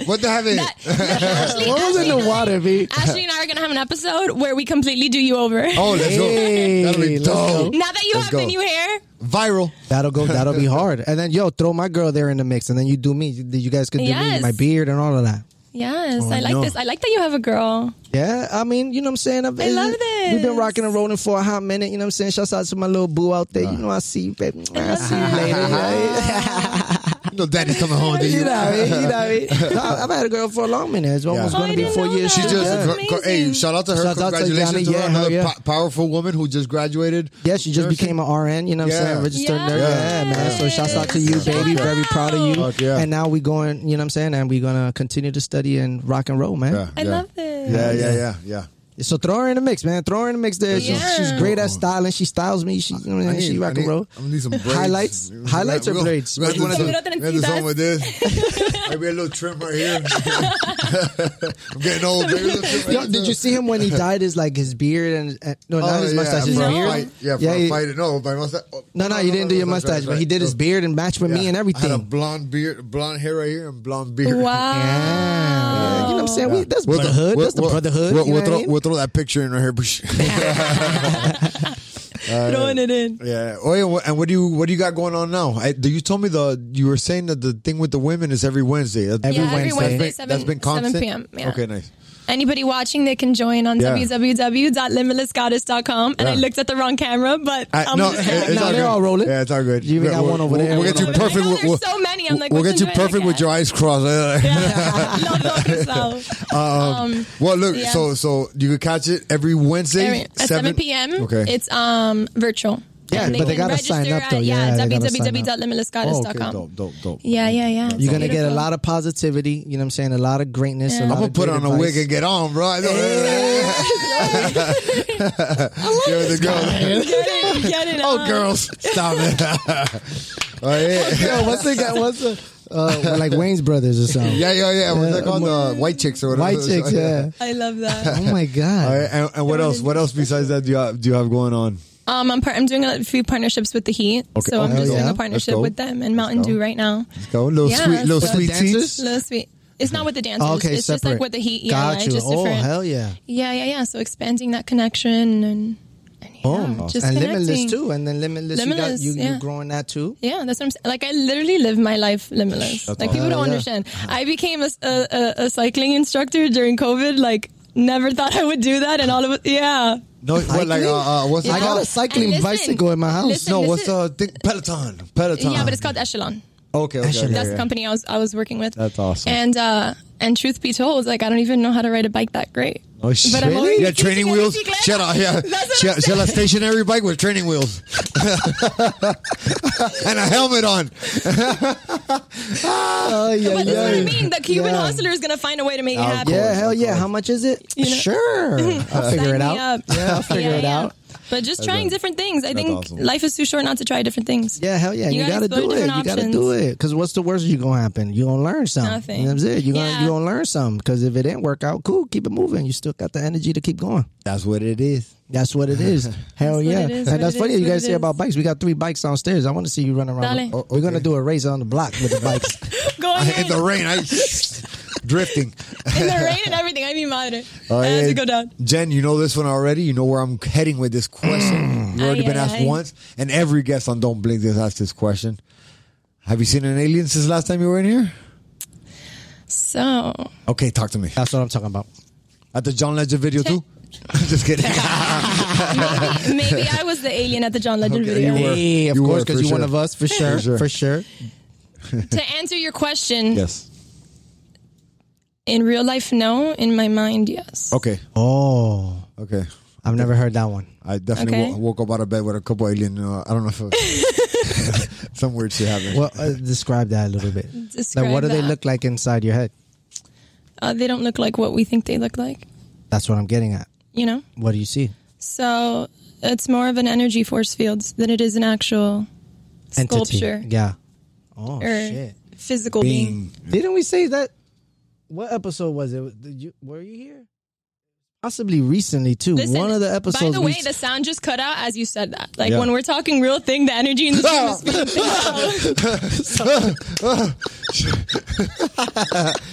Speaker 4: Mike, what the heck is
Speaker 2: That- Ashley,
Speaker 1: what was in the
Speaker 2: Ashley-
Speaker 1: water, B?
Speaker 2: Ashley and I are gonna have an episode where we completely do you over.
Speaker 4: Oh, let's
Speaker 1: Hey,
Speaker 4: go. That'll be
Speaker 1: let's go.
Speaker 4: dope.
Speaker 2: now that you
Speaker 4: Let's
Speaker 2: have
Speaker 4: go.
Speaker 2: the new hair,
Speaker 4: Viral.
Speaker 1: That'll go. That'll be hard. And then yo, throw my girl there in the mix, and then you do me. You you guys can do me,
Speaker 2: Yes.
Speaker 1: my beard, and all of that.
Speaker 2: yes, I like
Speaker 4: no.
Speaker 2: this. I like that you have a girl.
Speaker 1: Yeah, I mean, you know what I'm saying? I've,
Speaker 2: I love
Speaker 1: We've been
Speaker 2: this.
Speaker 1: rocking and rolling for a hot minute, you know what I'm saying? Shouts out to my little boo out there. You know, I see you, baby. I see you later. yeah.
Speaker 4: You know daddy's coming home to
Speaker 1: you know
Speaker 4: you.
Speaker 1: what I mean? You know what I mean? No, I've had a girl for a long minute. It's almost
Speaker 4: Yeah.
Speaker 2: Oh,
Speaker 1: going
Speaker 2: I
Speaker 1: to be
Speaker 2: didn't
Speaker 1: four
Speaker 2: know
Speaker 1: years.
Speaker 4: She
Speaker 2: that.
Speaker 1: too.
Speaker 4: just
Speaker 1: yeah.
Speaker 2: That's
Speaker 4: co- hey,
Speaker 2: amazing.
Speaker 4: shout out to her.
Speaker 1: Shout out to
Speaker 4: Congratulations
Speaker 1: Yanni.
Speaker 4: to her,
Speaker 1: Yeah, hell
Speaker 4: another
Speaker 1: yeah.
Speaker 4: po- powerful woman who just graduated.
Speaker 1: Yeah, she just
Speaker 4: Nursing.
Speaker 1: became an RN, you know what I'm
Speaker 4: Yeah.
Speaker 1: saying? Registered
Speaker 2: Yeah.
Speaker 1: nurse. Yeah,
Speaker 2: Yeah.
Speaker 1: man. So shouts out to you,
Speaker 2: Shout
Speaker 1: baby. Very
Speaker 2: out.
Speaker 1: proud of you.
Speaker 4: Fuck yeah.
Speaker 1: And now we going, you know what I'm saying? And we're going to continue to study and rock and roll, man.
Speaker 4: Yeah,
Speaker 2: I
Speaker 4: yeah.
Speaker 2: love this.
Speaker 4: Yeah, yeah, yeah, yeah.
Speaker 1: So throw her in the mix, man. Throw her in the mix there. She's,
Speaker 2: Yeah.
Speaker 1: she's great at styling. She styles me. She, you know, what I mean? she rock and roll.
Speaker 4: I'm gonna need some braids.
Speaker 1: Highlights? Highlights or
Speaker 4: We're gonna-
Speaker 1: braids?
Speaker 4: We're
Speaker 1: What
Speaker 4: gonna
Speaker 1: you
Speaker 4: do
Speaker 2: want?
Speaker 4: something- we're gonna do something with this. Maybe a little trim right here. I'm getting old. Baby. A little trim right
Speaker 1: Yo,
Speaker 4: there.
Speaker 1: did you see him when he dyed his like his beard and, and no,
Speaker 4: Oh,
Speaker 1: not his mustache, his
Speaker 4: for a
Speaker 1: beard.
Speaker 4: fight. Yeah, for
Speaker 1: yeah,
Speaker 4: a
Speaker 1: he-
Speaker 4: fight. No, my mustache. oh,
Speaker 1: No, no, you didn't do your
Speaker 4: that's right,
Speaker 1: mustache,
Speaker 4: that's
Speaker 1: but he
Speaker 4: right.
Speaker 1: did his
Speaker 4: No.
Speaker 1: beard and match with
Speaker 4: Yeah.
Speaker 1: me and
Speaker 4: I had a
Speaker 1: everything.
Speaker 4: blonde beard, blonde hair right here, and blonde beard.
Speaker 2: Wow.
Speaker 1: Yeah, you know what I'm saying? We, that's
Speaker 4: We'll-
Speaker 1: brotherhood.
Speaker 4: we'll-
Speaker 1: that's the
Speaker 4: we'll-
Speaker 1: brotherhood.
Speaker 4: We'll,
Speaker 1: you know what
Speaker 4: we'll
Speaker 1: I
Speaker 4: throw,
Speaker 1: mean?
Speaker 4: we'll throw that picture in right here.
Speaker 2: throwing it in.
Speaker 4: Yeah. Oh, yeah. wh- And what do you what do you got going on now? I, do you told me the you were saying that the thing with the women is every Wednesday. That's
Speaker 1: Every
Speaker 2: yeah,
Speaker 1: Wednesday.
Speaker 2: every Wednesday,
Speaker 4: been,
Speaker 2: seven,
Speaker 4: that's been
Speaker 2: 7
Speaker 4: constant.
Speaker 2: p.m. Yeah.
Speaker 4: Okay, nice.
Speaker 2: Anybody watching, they can join on
Speaker 4: Yeah.
Speaker 2: www.limitlessgoddess.com. And I
Speaker 4: Yeah.
Speaker 2: looked at the wrong camera, but
Speaker 4: I,
Speaker 2: I'm
Speaker 4: no,
Speaker 2: just-
Speaker 4: it- it's
Speaker 1: No,
Speaker 4: all
Speaker 1: they're
Speaker 4: good.
Speaker 1: all rolling.
Speaker 4: Yeah, it's all good.
Speaker 1: You even got
Speaker 4: We'll-
Speaker 1: one over
Speaker 4: we'll-
Speaker 1: there,
Speaker 4: We'll get
Speaker 1: one
Speaker 4: you
Speaker 1: over there.
Speaker 4: perfect.
Speaker 2: I know
Speaker 4: with-
Speaker 2: there's
Speaker 4: we'll-
Speaker 2: so many. I'm like,
Speaker 4: we'll
Speaker 2: which
Speaker 4: get
Speaker 2: one
Speaker 4: you
Speaker 2: do I look
Speaker 4: perfect with
Speaker 2: at?
Speaker 4: your eyes crossed.
Speaker 2: Love, love yourself. Um,
Speaker 4: well, look.
Speaker 2: yeah.
Speaker 4: So, so you can catch it every Wednesday
Speaker 2: Anyway, at 7 p.m.
Speaker 4: Okay.
Speaker 2: It's um virtual.
Speaker 1: Yeah,
Speaker 2: And
Speaker 1: but they
Speaker 2: can
Speaker 1: gotta sign
Speaker 2: register
Speaker 1: up, though.
Speaker 2: At,
Speaker 1: Yeah,
Speaker 2: yeah,
Speaker 1: they gotta sign up.
Speaker 4: oh,
Speaker 2: www.limitlessgoddess.com.
Speaker 4: okay. Dope, dope, dope.
Speaker 2: Yeah, yeah, yeah.
Speaker 1: You're gonna get a lot of positivity. You know what I'm saying? A lot of greatness.
Speaker 2: Yeah.
Speaker 1: A
Speaker 2: I'm
Speaker 1: lot
Speaker 4: I'm gonna
Speaker 1: of
Speaker 4: put
Speaker 1: great
Speaker 4: on a
Speaker 1: advice.
Speaker 4: wig and get on, bro. I Give it a go.
Speaker 2: Get it, get it.
Speaker 4: Oh,
Speaker 2: on.
Speaker 4: girls, stop it. Oh, All right.
Speaker 1: Yo, what's the guy? What's the uh, like Wayne's Brothers or something?
Speaker 4: Yeah, yeah, yeah. What's that called? Uh, white chicks or whatever.
Speaker 1: White chicks. Yeah.
Speaker 2: I love
Speaker 1: Oh
Speaker 2: that.
Speaker 1: my
Speaker 4: All right,
Speaker 1: god.
Speaker 4: and, and what else? What else besides that do you have, do you have going on?
Speaker 2: Um, I'm part, I'm doing a few partnerships with the Heat,
Speaker 4: Okay.
Speaker 2: so I'm
Speaker 4: Oh,
Speaker 2: just
Speaker 1: yeah.
Speaker 2: doing a
Speaker 1: Let's
Speaker 2: partnership
Speaker 4: go.
Speaker 2: with them and Mountain
Speaker 4: go.
Speaker 2: Dew right now.
Speaker 4: Let's go. Little
Speaker 2: Yeah,
Speaker 4: sweet, little
Speaker 2: so-
Speaker 4: sweet
Speaker 1: Dancers?
Speaker 4: teens.
Speaker 2: Little sweet. It's not with the dancers.
Speaker 1: Okay,
Speaker 2: it's
Speaker 1: separate.
Speaker 2: just like with the Heat. Yeah,
Speaker 1: Got
Speaker 2: yeah,
Speaker 1: you.
Speaker 2: it's just
Speaker 1: oh
Speaker 2: different.
Speaker 1: hell yeah.
Speaker 2: Yeah, yeah, yeah. So expanding that connection and, and yeah, just
Speaker 1: Oh, and
Speaker 2: connecting.
Speaker 1: limitless too. And then limitless,
Speaker 2: Limitless,
Speaker 1: you got you, you
Speaker 2: yeah.
Speaker 1: growing that too.
Speaker 2: Yeah, that's what I'm saying. Like I literally live my life limitless. like people don't
Speaker 1: Yeah.
Speaker 2: understand. I became a, a, a- a cycling instructor during COVID. Like never thought I would do that, and all of it. Yeah,
Speaker 4: No, what, like uh, uh, what's
Speaker 1: I
Speaker 4: it
Speaker 1: got
Speaker 4: called?
Speaker 1: a cycling
Speaker 2: And listen,
Speaker 1: bicycle in my house.
Speaker 2: listen,
Speaker 4: no,
Speaker 2: this
Speaker 4: what's
Speaker 2: is-
Speaker 4: the thing? Peloton, Peloton.
Speaker 2: yeah, but it's called Echelon.
Speaker 4: okay, okay, okay,
Speaker 1: Actually,
Speaker 2: That's the
Speaker 4: okay.
Speaker 2: company I was I was working with.
Speaker 4: That's awesome.
Speaker 2: And uh, and truth be told, like I don't even know how to ride a bike that great.
Speaker 4: Oh shit!
Speaker 2: But I'm already
Speaker 4: yeah, training
Speaker 2: teaching a
Speaker 4: wheels.
Speaker 2: bicicleta.
Speaker 4: Shut up! Yeah,
Speaker 2: That's what
Speaker 4: she,
Speaker 2: I'm
Speaker 4: she had a stationary bike with training wheels and a helmet on.
Speaker 1: Oh yeah,
Speaker 2: But that's what I
Speaker 1: yeah.
Speaker 2: mean. The Cuban
Speaker 1: Yeah.
Speaker 2: hustler is gonna find a way to make it happen.
Speaker 1: Yeah, hell yeah. How much is it?
Speaker 2: You know-
Speaker 1: sure. I'll figure
Speaker 2: Sign
Speaker 1: it
Speaker 2: me
Speaker 1: out.
Speaker 2: up.
Speaker 1: Yeah, I'll figure
Speaker 2: Yeah,
Speaker 1: it
Speaker 2: yeah.
Speaker 1: out.
Speaker 2: But just trying different things. I
Speaker 4: That's
Speaker 2: think
Speaker 4: awesome.
Speaker 2: life is too short not to try different things.
Speaker 1: Yeah, hell yeah. You,
Speaker 2: You
Speaker 1: gotta,
Speaker 2: gotta
Speaker 1: do it.
Speaker 2: explore
Speaker 1: You
Speaker 2: different
Speaker 1: gotta
Speaker 2: options.
Speaker 1: do it. Cause what's the worst you gonna happen? You gonna learn something.
Speaker 2: Nothing.
Speaker 1: You know what I'm saying? You gonna
Speaker 2: Yeah.
Speaker 1: you gonna learn something. Cause if it didn't work out, cool. Keep it moving. You still got the energy to keep going.
Speaker 4: That's what it is.
Speaker 1: That's what it is. Hell
Speaker 2: what
Speaker 1: yeah.
Speaker 2: it is,
Speaker 1: and
Speaker 2: what
Speaker 1: that's
Speaker 2: it
Speaker 1: funny
Speaker 2: is,
Speaker 1: you
Speaker 2: what
Speaker 1: guys
Speaker 2: it
Speaker 1: say
Speaker 2: is.
Speaker 1: about bikes. We got three bikes downstairs. I want to see you run around.
Speaker 2: Dale.
Speaker 1: Oh, We're gonna
Speaker 4: okay.
Speaker 1: do a race on the block with the bikes.
Speaker 2: Go
Speaker 4: I, in
Speaker 2: ahead.
Speaker 4: the rain, I
Speaker 2: in
Speaker 4: drifting.
Speaker 2: the rain and everything. I mean, madre.
Speaker 1: Oh,
Speaker 4: All
Speaker 2: I had
Speaker 4: right.
Speaker 2: to go down.
Speaker 4: Jen, you know this one already. You know where I'm heading with
Speaker 1: Mm.
Speaker 4: this question. You've already
Speaker 2: Ay,
Speaker 4: been
Speaker 2: ay,
Speaker 4: asked
Speaker 2: ay.
Speaker 4: once, and every guest on Don't Blink has asked this question. Have you seen an alien since last time you were in here?
Speaker 2: So,
Speaker 4: Okay, talk to me.
Speaker 1: That's what I'm talking about.
Speaker 4: At the John Legend video too. Just kidding.
Speaker 2: maybe I was the alien at the John Legend
Speaker 4: Okay,
Speaker 2: video.
Speaker 4: you were.
Speaker 1: Hey, of
Speaker 4: You
Speaker 1: course,
Speaker 4: were,
Speaker 1: because
Speaker 4: for
Speaker 1: you're one
Speaker 4: sure.
Speaker 1: of us for sure. For sure.
Speaker 4: sure.
Speaker 2: To answer your question,
Speaker 4: yes.
Speaker 2: in real life, no. In my mind, yes.
Speaker 4: Okay.
Speaker 1: Oh,
Speaker 4: Okay.
Speaker 1: I've never heard that one.
Speaker 4: I definitely
Speaker 2: Okay.
Speaker 4: wo- woke up out of bed with a couple alien. Uh, I don't know if it- some weird shit happened.
Speaker 1: Well, uh, describe that a little bit.
Speaker 2: Describe
Speaker 1: like, what do they
Speaker 2: that.
Speaker 1: look like inside your head?
Speaker 2: Uh, they don't look like what we think they look like,
Speaker 1: That's what I'm getting at.
Speaker 2: you know?
Speaker 1: What do you see?
Speaker 2: So, it's more of an energy force field than it is an actual sculpture Er.
Speaker 1: Entity. Yeah. Oh
Speaker 2: or
Speaker 1: shit!
Speaker 2: physical being.
Speaker 4: Being
Speaker 1: Didn't we say that? What episode was it? Did you were you here? Possibly recently too.
Speaker 2: Listen,
Speaker 1: One of the episodes.
Speaker 2: By the way,
Speaker 1: we,
Speaker 2: the sound just cut out as you said that. Like
Speaker 4: Yeah.
Speaker 2: when we're talking real thing, the energy in the room is being picked up.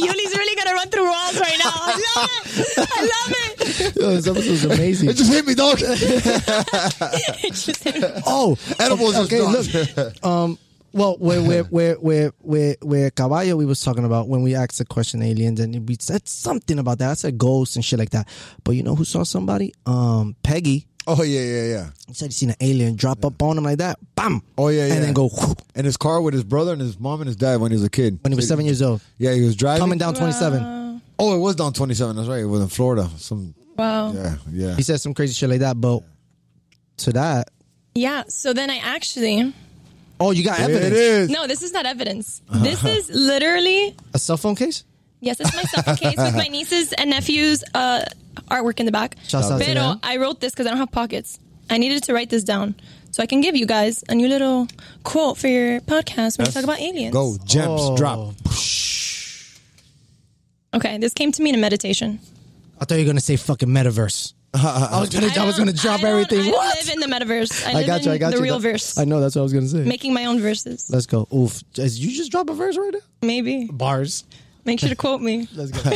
Speaker 2: Yuli's really gonna run through walls right now. I love it. I love it.
Speaker 1: Yo, this episode's amazing.
Speaker 4: it just hit me, dog.
Speaker 2: It's just
Speaker 1: oh,
Speaker 4: Edibles.
Speaker 1: okay.
Speaker 4: is
Speaker 1: Look, Well, where where where where where where Caballo we was talking about when we asked the question aliens and we said something about that. I said ghosts and shit like that. But you know who saw somebody? Um, Peggy.
Speaker 4: Oh yeah, yeah, yeah.
Speaker 1: He said he seen an alien drop up on him like that. Bam.
Speaker 4: Oh, yeah,
Speaker 1: And
Speaker 4: yeah.
Speaker 1: then go whoop,
Speaker 4: In his car with his brother and his mom and his dad when he was a kid.
Speaker 1: when he was seven years old,
Speaker 4: Yeah, he was driving.
Speaker 1: coming down twenty seven.
Speaker 4: Oh, it was down 27. That's right. It was in Florida. Some.
Speaker 2: wow.
Speaker 4: Yeah, yeah.
Speaker 1: He said some crazy shit like that. But to that,
Speaker 2: Yeah. So then I actually
Speaker 1: oh, you got
Speaker 4: It
Speaker 1: evidence?
Speaker 4: is.
Speaker 2: no, this is not evidence. This is literally
Speaker 1: A cell phone case?
Speaker 2: yes, it's my selfie case with my nieces and nephews' uh, artwork in the back.
Speaker 1: Shouts out to
Speaker 2: Pero
Speaker 1: them.
Speaker 2: I wrote this because I don't have pockets. I needed to write this down so I can give you guys a new little quote for your podcast when we talk about aliens.
Speaker 4: Go gems
Speaker 1: Oh.
Speaker 4: drop.
Speaker 2: Okay, this came to me in a meditation.
Speaker 1: I thought you were gonna say fucking metaverse. I was gonna, I, was gonna
Speaker 2: don't-
Speaker 1: drop
Speaker 2: I don't-
Speaker 1: everything.
Speaker 2: I
Speaker 1: what?
Speaker 2: live in the metaverse. I,
Speaker 1: I
Speaker 2: live
Speaker 1: got you.
Speaker 2: in
Speaker 1: I got
Speaker 2: the
Speaker 1: you.
Speaker 2: real
Speaker 1: That-
Speaker 2: verse.
Speaker 1: I know that's what I was gonna say.
Speaker 2: Making my own verses.
Speaker 1: Let's go. Oof. Just- You just drop a verse right now?
Speaker 2: Maybe.
Speaker 1: Bars.
Speaker 2: Make sure to quote me.
Speaker 1: Let's go.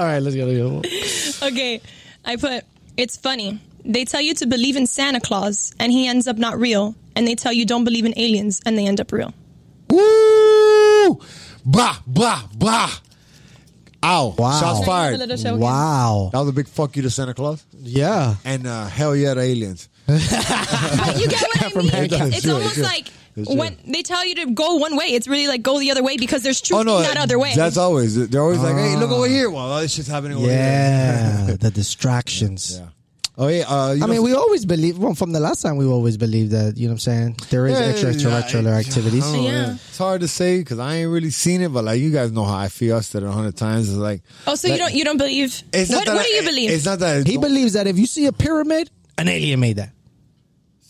Speaker 1: All right, let's go. Let's go.
Speaker 2: Okay, I put, it's funny. They tell you to believe in Santa Claus, and he ends up not real. And they tell you don't believe in aliens, and they end up real.
Speaker 4: Woo! Bah, bah, bah. Ow.
Speaker 1: Wow.
Speaker 4: Shots fired.
Speaker 2: Little
Speaker 4: That
Speaker 2: show again.
Speaker 1: Wow.
Speaker 4: was a big fuck you to Santa Claus.
Speaker 1: Yeah.
Speaker 4: And uh, hell yeah to aliens.
Speaker 2: But you get what I mean?
Speaker 4: mankind.
Speaker 2: It's
Speaker 4: Sure,
Speaker 2: almost
Speaker 4: sure.
Speaker 2: like
Speaker 4: It's
Speaker 2: when
Speaker 4: true.
Speaker 2: they tell you to go one way, it's really like go the other way because there's truth in that other way.
Speaker 4: Oh, That's always, they're always like, hey, look over here. Well, all this shit's happening over here.
Speaker 1: Yeah. the distractions.
Speaker 4: yeah. Oh, yeah. Uh, you
Speaker 1: I
Speaker 4: know-
Speaker 1: mean, we always believe well, from the last time. We always believed that you know what I'm saying. There is
Speaker 4: Yeah,
Speaker 1: extraterrestrial
Speaker 4: yeah,
Speaker 1: activities.
Speaker 4: I don't know,
Speaker 2: Yeah.
Speaker 4: man. It's hard to say because I ain't really seen it, but like you guys know how I feel. I said it a hundred times. It's like,
Speaker 2: oh, so you
Speaker 4: like-
Speaker 2: don't you don't believe?
Speaker 4: It's not
Speaker 2: What,
Speaker 4: that
Speaker 2: what
Speaker 4: I-
Speaker 2: do you believe?
Speaker 4: It's not that I
Speaker 1: He
Speaker 4: don't-
Speaker 1: believes that if you see a pyramid, an alien made that,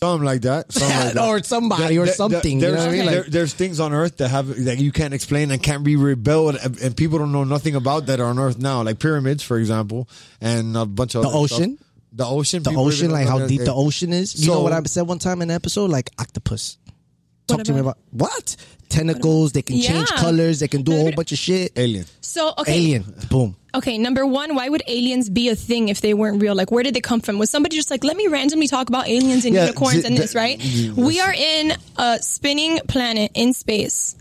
Speaker 4: something like that, something like that.
Speaker 1: or somebody, or
Speaker 4: There- there-
Speaker 1: something. you
Speaker 4: There's,
Speaker 1: know what I mean?
Speaker 4: there-
Speaker 1: Like,
Speaker 4: there's things on Earth that have that you can't explain and can't be rebuilt, and, and people don't know nothing about that are on Earth now, like pyramids, for example, and a bunch of
Speaker 1: The
Speaker 4: other stuff.
Speaker 1: ocean?
Speaker 4: The ocean,
Speaker 1: the
Speaker 4: people even
Speaker 1: ocean,
Speaker 4: don't
Speaker 1: like
Speaker 4: know
Speaker 1: how
Speaker 4: that-
Speaker 1: deep the
Speaker 4: it-
Speaker 1: ocean is. You know
Speaker 4: So-
Speaker 1: what I said one time in an episode? Like octopus. Talk
Speaker 2: What
Speaker 1: to me
Speaker 2: about-
Speaker 1: about what tentacles. They can change
Speaker 2: Yeah.
Speaker 1: colors. They can do a whole bunch of shit.
Speaker 4: Alien.
Speaker 2: so okay,
Speaker 1: Alien. Boom.
Speaker 2: Okay, number one, why would aliens be a thing if they weren't real? Like, where did they come from? Was somebody just like, let me randomly talk about aliens and
Speaker 4: Yeah,
Speaker 2: unicorns
Speaker 4: th-
Speaker 2: and this,
Speaker 4: th-
Speaker 2: right?
Speaker 4: yes.
Speaker 2: We are in a spinning planet in space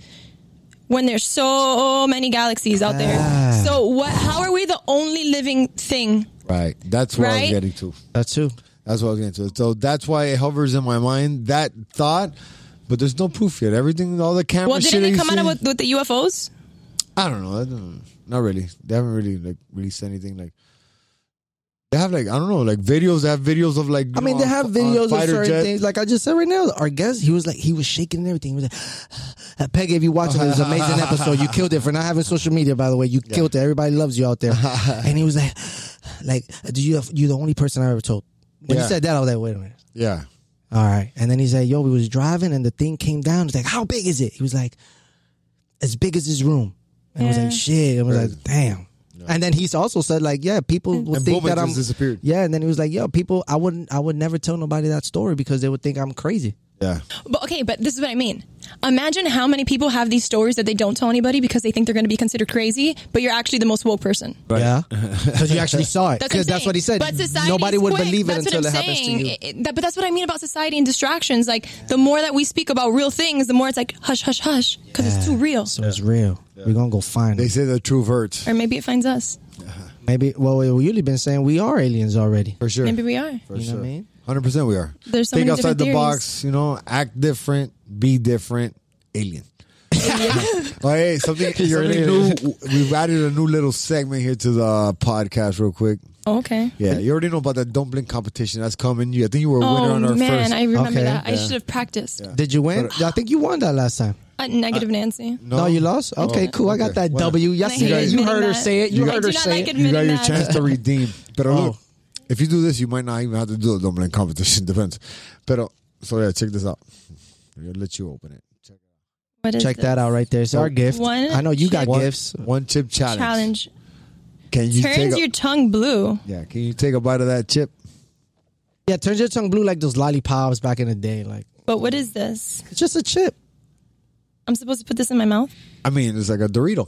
Speaker 2: when there's so many galaxies out there.
Speaker 4: Ah.
Speaker 2: So, what? How are we the only living thing?
Speaker 4: Right. That's what I was
Speaker 2: Right?
Speaker 4: getting to.
Speaker 1: That's who.
Speaker 4: That's what I was getting to. So that's why it hovers in my mind that thought, but there's no proof yet. Everything, all the camera
Speaker 2: Well,
Speaker 4: shit
Speaker 2: didn't they
Speaker 4: that
Speaker 2: come
Speaker 4: you
Speaker 2: out
Speaker 4: see-
Speaker 2: with, with the UFOs?
Speaker 4: I don't know. I don't, not really. They haven't really like released anything like. They have like I don't know like videos. They have videos of like.
Speaker 1: I mean,
Speaker 4: you know,
Speaker 1: they have
Speaker 4: on- on
Speaker 1: videos of
Speaker 4: Uh, fighter
Speaker 1: certain
Speaker 4: jet.
Speaker 1: things. Like I just said right now, our guest, he was like, he was shaking and everything. He was like, Peggy, if you watch it, it was an amazing episode. You killed it for not having social media, by the way. You killed it. Everybody loves you out there. and he was like, like, do you, you're the only person I ever told. When
Speaker 4: Yeah.
Speaker 1: he said that, I was like, wait a minute.
Speaker 4: Yeah.
Speaker 1: All right. And then he said, yo, we was driving and the thing came down. He's like, how big is it? He was like, as big as his room. And I was
Speaker 2: Yeah.
Speaker 1: like, shit. I was like, damn. And then he's also said like, yeah, people would
Speaker 4: And
Speaker 1: think
Speaker 4: boom, it
Speaker 1: that I'm
Speaker 4: just disappeared.
Speaker 1: Yeah, and then he was like, yo, people, I wouldn't, I would never tell nobody that story because they would think I'm crazy.
Speaker 4: Yeah.
Speaker 2: But okay, but this is what I mean. Imagine how many people have these stories that they don't tell anybody because they think they're going to be considered crazy, but you're actually the most woke person.
Speaker 1: Yeah, because you actually saw it.
Speaker 2: That's what,
Speaker 1: Because
Speaker 2: I'm
Speaker 1: that's
Speaker 2: saying.
Speaker 1: what he said.
Speaker 2: But society's
Speaker 1: Nobody would
Speaker 2: quick.
Speaker 1: believe it
Speaker 2: That's what
Speaker 1: until
Speaker 2: I'm
Speaker 1: it happens
Speaker 2: saying.
Speaker 1: to you.
Speaker 2: It- it- that- but that's what I mean about society and distractions. Like the more that we speak about real things, the more it's like hush, hush, hush, because it's too real.
Speaker 1: So it's real. We're gonna go find
Speaker 4: They
Speaker 1: it.
Speaker 4: say the truth hurts
Speaker 2: Or maybe it finds us.
Speaker 1: Maybe. Well, we- we've really been saying we are aliens already.
Speaker 4: for sure.
Speaker 2: Maybe we are.
Speaker 4: For
Speaker 1: You know
Speaker 4: sure.
Speaker 1: what I mean?
Speaker 4: Hundred percent, we are.
Speaker 2: There's so
Speaker 4: Think
Speaker 2: many different
Speaker 4: outside the
Speaker 2: theories.
Speaker 4: box. You know, act different, be different, alien. Oh, hey, something,
Speaker 1: You're an
Speaker 4: something new. We've added a new little segment here to the podcast, real quick.
Speaker 2: Oh, okay.
Speaker 4: Yeah, you already know about that don't blink competition that's coming. You, I think you were a winner
Speaker 2: Oh
Speaker 4: on our
Speaker 2: man,
Speaker 4: first.
Speaker 2: I remember
Speaker 1: Okay.
Speaker 2: that. I should have practiced.
Speaker 1: Did you win? I think you won that last time.
Speaker 2: Uh, negative Nancy.
Speaker 1: No, you lost. Okay, cool. I got that W. Yes,
Speaker 2: I hate
Speaker 1: you, guys, you
Speaker 2: admitting
Speaker 1: heard her
Speaker 2: that.
Speaker 1: say it. You,
Speaker 2: I
Speaker 1: heard
Speaker 2: do
Speaker 1: her
Speaker 2: not
Speaker 1: say it.
Speaker 2: like
Speaker 4: You got your
Speaker 2: Admitting that.
Speaker 4: chance to redeem. But
Speaker 1: Oh.
Speaker 4: look, if you do this, you might not even have to do a don't blink competition. Depends. But so yeah, check this out. I'm gonna let you open it.
Speaker 2: What is
Speaker 1: Check
Speaker 2: this?
Speaker 1: that out right there. It's our gift.
Speaker 2: One
Speaker 1: I know you got
Speaker 4: One,
Speaker 1: gifts.
Speaker 4: One chip challenge.
Speaker 2: Challenge.
Speaker 4: Can you take
Speaker 2: Turns
Speaker 4: a,
Speaker 2: your tongue blue.
Speaker 4: yeah? Can you take a bite of that chip?
Speaker 1: Yeah, turns your tongue blue like those lollipops back in the day. Like
Speaker 2: But what is this?
Speaker 1: it's just a chip.
Speaker 2: I'm supposed to put this in my mouth.
Speaker 4: I mean, it's like a Dorito.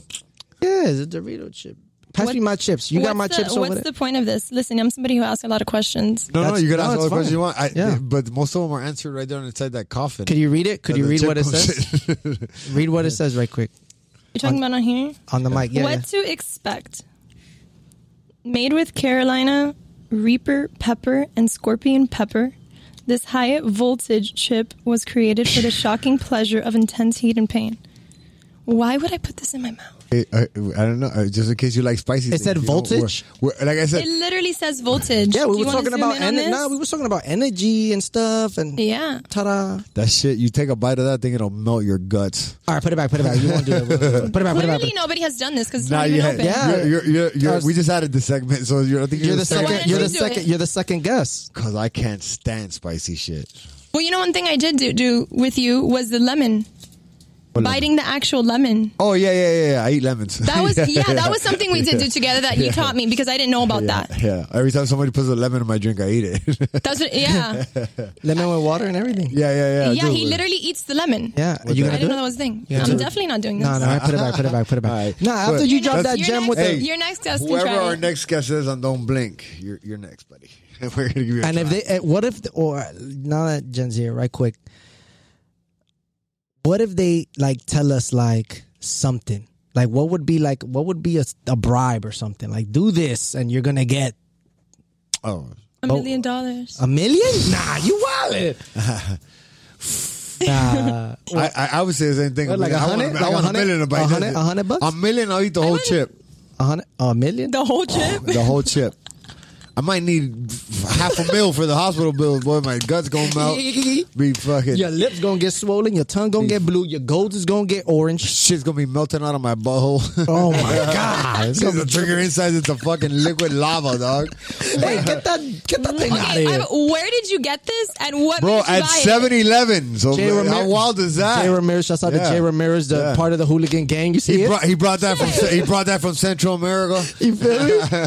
Speaker 1: Yeah, it's a Dorito chip. Pass
Speaker 2: What-
Speaker 1: me my chips. You got
Speaker 2: What's
Speaker 1: my
Speaker 2: the-
Speaker 1: chips over
Speaker 2: What's
Speaker 1: there.
Speaker 2: the point of this? Listen, I'm somebody who asks a lot of questions.
Speaker 4: No, no,
Speaker 1: That's-
Speaker 4: you can
Speaker 1: no,
Speaker 4: ask all
Speaker 1: it's
Speaker 4: the questions
Speaker 1: fine.
Speaker 4: you want. I,
Speaker 1: Yeah.
Speaker 4: but most of them are answered right there inside that coffin.
Speaker 1: Could you read it? Could
Speaker 4: The
Speaker 1: you read
Speaker 4: chip
Speaker 1: what it
Speaker 4: comes
Speaker 1: says?
Speaker 4: in.
Speaker 1: read what it says right quick
Speaker 2: You're talking about on here?
Speaker 1: on the mic. Yeah,
Speaker 2: what to expect? Made with Carolina Reaper pepper and Scorpion pepper, this high voltage chip was created for the shocking pleasure of intense heat and pain. Why would I put this in my mouth?
Speaker 4: Hey, I, I don't know. uh, Just in case you like
Speaker 1: It
Speaker 4: spicy. things,
Speaker 1: said
Speaker 4: you know, we're-
Speaker 1: voltage?
Speaker 4: we're- like I said,
Speaker 2: It literally says voltage.
Speaker 1: yeah. Yeah,
Speaker 2: Do
Speaker 1: we
Speaker 2: you
Speaker 1: were
Speaker 2: wanna
Speaker 1: talking
Speaker 2: zoom
Speaker 1: about
Speaker 2: in on
Speaker 1: energy.
Speaker 2: this?
Speaker 1: No, we were talking about energy and stuff. And
Speaker 2: yeah.
Speaker 1: ta-da!
Speaker 4: that shit. You take a bite of that thing, it'll melt your guts.
Speaker 1: All right, put it back. Put it back. You won't do it. Put it back. Put it back.
Speaker 2: Clearly, nobody has done this because it's
Speaker 4: Nah,
Speaker 2: not even
Speaker 4: yeah,
Speaker 2: open.
Speaker 1: Yeah.
Speaker 4: You're, you're, you're, you're,
Speaker 1: Us-
Speaker 4: we just added the segment, so you're, I think
Speaker 1: You're the
Speaker 2: why
Speaker 1: second.
Speaker 2: didn't
Speaker 1: You're the
Speaker 2: you do it?
Speaker 1: second. You're the second guest.
Speaker 4: Because I can't stand spicy shit.
Speaker 2: Well, you know, one thing I did do, do with you was the lemon.
Speaker 4: What lemon?
Speaker 2: biting the actual lemon.
Speaker 4: Oh yeah, yeah, yeah, yeah. I eat lemons.
Speaker 2: That was yeah, that was something we did do together that you taught me because I didn't know about
Speaker 4: Yeah,
Speaker 2: that.
Speaker 4: yeah. Every time somebody puts a lemon in my drink, I eat it.
Speaker 2: That's what, yeah.
Speaker 1: Lemon with water and everything.
Speaker 4: yeah, yeah, yeah.
Speaker 2: Yeah,
Speaker 4: dude.
Speaker 2: he literally eats the lemon.
Speaker 1: Yeah. Are you
Speaker 2: I
Speaker 1: gonna
Speaker 2: didn't
Speaker 1: do
Speaker 2: know that
Speaker 1: it?
Speaker 2: was a thing.
Speaker 1: Yeah.
Speaker 2: I'm definitely not doing this.
Speaker 1: No, no, I put it back, put it back, put it back.
Speaker 4: All right.
Speaker 1: No, after
Speaker 4: But-
Speaker 1: you
Speaker 2: You're
Speaker 1: drop
Speaker 2: next-
Speaker 1: that
Speaker 2: you're
Speaker 1: gem
Speaker 2: next,
Speaker 1: with
Speaker 4: Hey.
Speaker 1: the
Speaker 2: Your next guest can
Speaker 4: Whoever
Speaker 2: try
Speaker 4: our
Speaker 2: it.
Speaker 4: next guest is on Don't Blink, you're you're next, buddy. We're gonna give you. A
Speaker 1: And
Speaker 4: try.
Speaker 1: if they, eh, what if, or now that Jen's here, right quick, what if they like tell us like something? Like, what would be like, what would be a, a bribe or something? Like, do this and you're gonna get
Speaker 4: oh,
Speaker 2: A million dollars.
Speaker 1: a million? Nah, you wallet. nah,
Speaker 4: I, I I would say the same thing.
Speaker 1: What, like
Speaker 4: I
Speaker 1: a
Speaker 4: want-
Speaker 1: hundred?
Speaker 4: I
Speaker 1: Like
Speaker 4: want
Speaker 1: a
Speaker 4: a million. to
Speaker 1: hundred?
Speaker 4: bite
Speaker 1: A
Speaker 4: this.
Speaker 1: hundred- a hundred bucks?
Speaker 4: A million. I'll eat the whole
Speaker 2: wouldn't-
Speaker 4: chip.
Speaker 1: a hundred, a million?
Speaker 2: The
Speaker 4: Oh,
Speaker 2: whole chip.
Speaker 4: The whole chip. I might need half a mil for the hospital bills. Boy, my guts gonna melt. Be fucking.
Speaker 1: Oh. Your lips gonna get swollen, your tongue gonna get blue, your gold is gonna get orange.
Speaker 4: Shit's gonna be melting out of my butthole.
Speaker 1: Oh my god! It's
Speaker 4: Because
Speaker 1: gonna
Speaker 4: the
Speaker 1: be-
Speaker 4: trigger inside it's a fucking liquid lava, dog.
Speaker 1: hey, get that, get that thing out of
Speaker 2: Okay,
Speaker 1: here.
Speaker 2: I- where did you get this and what
Speaker 4: Bro,
Speaker 2: made you
Speaker 4: at
Speaker 2: buy it?
Speaker 4: 7 Eleven. So,
Speaker 1: Jay
Speaker 4: man, how
Speaker 1: Ramir-
Speaker 4: wild is that?
Speaker 1: Jay Ramirez, shouts out
Speaker 4: Yeah.
Speaker 1: to Jay Ramirez, the
Speaker 4: Yeah.
Speaker 1: part of the hooligan gang. You see
Speaker 4: He
Speaker 1: it?
Speaker 4: brought, he brought that from he brought that from Central America. Uh,
Speaker 1: you feel me?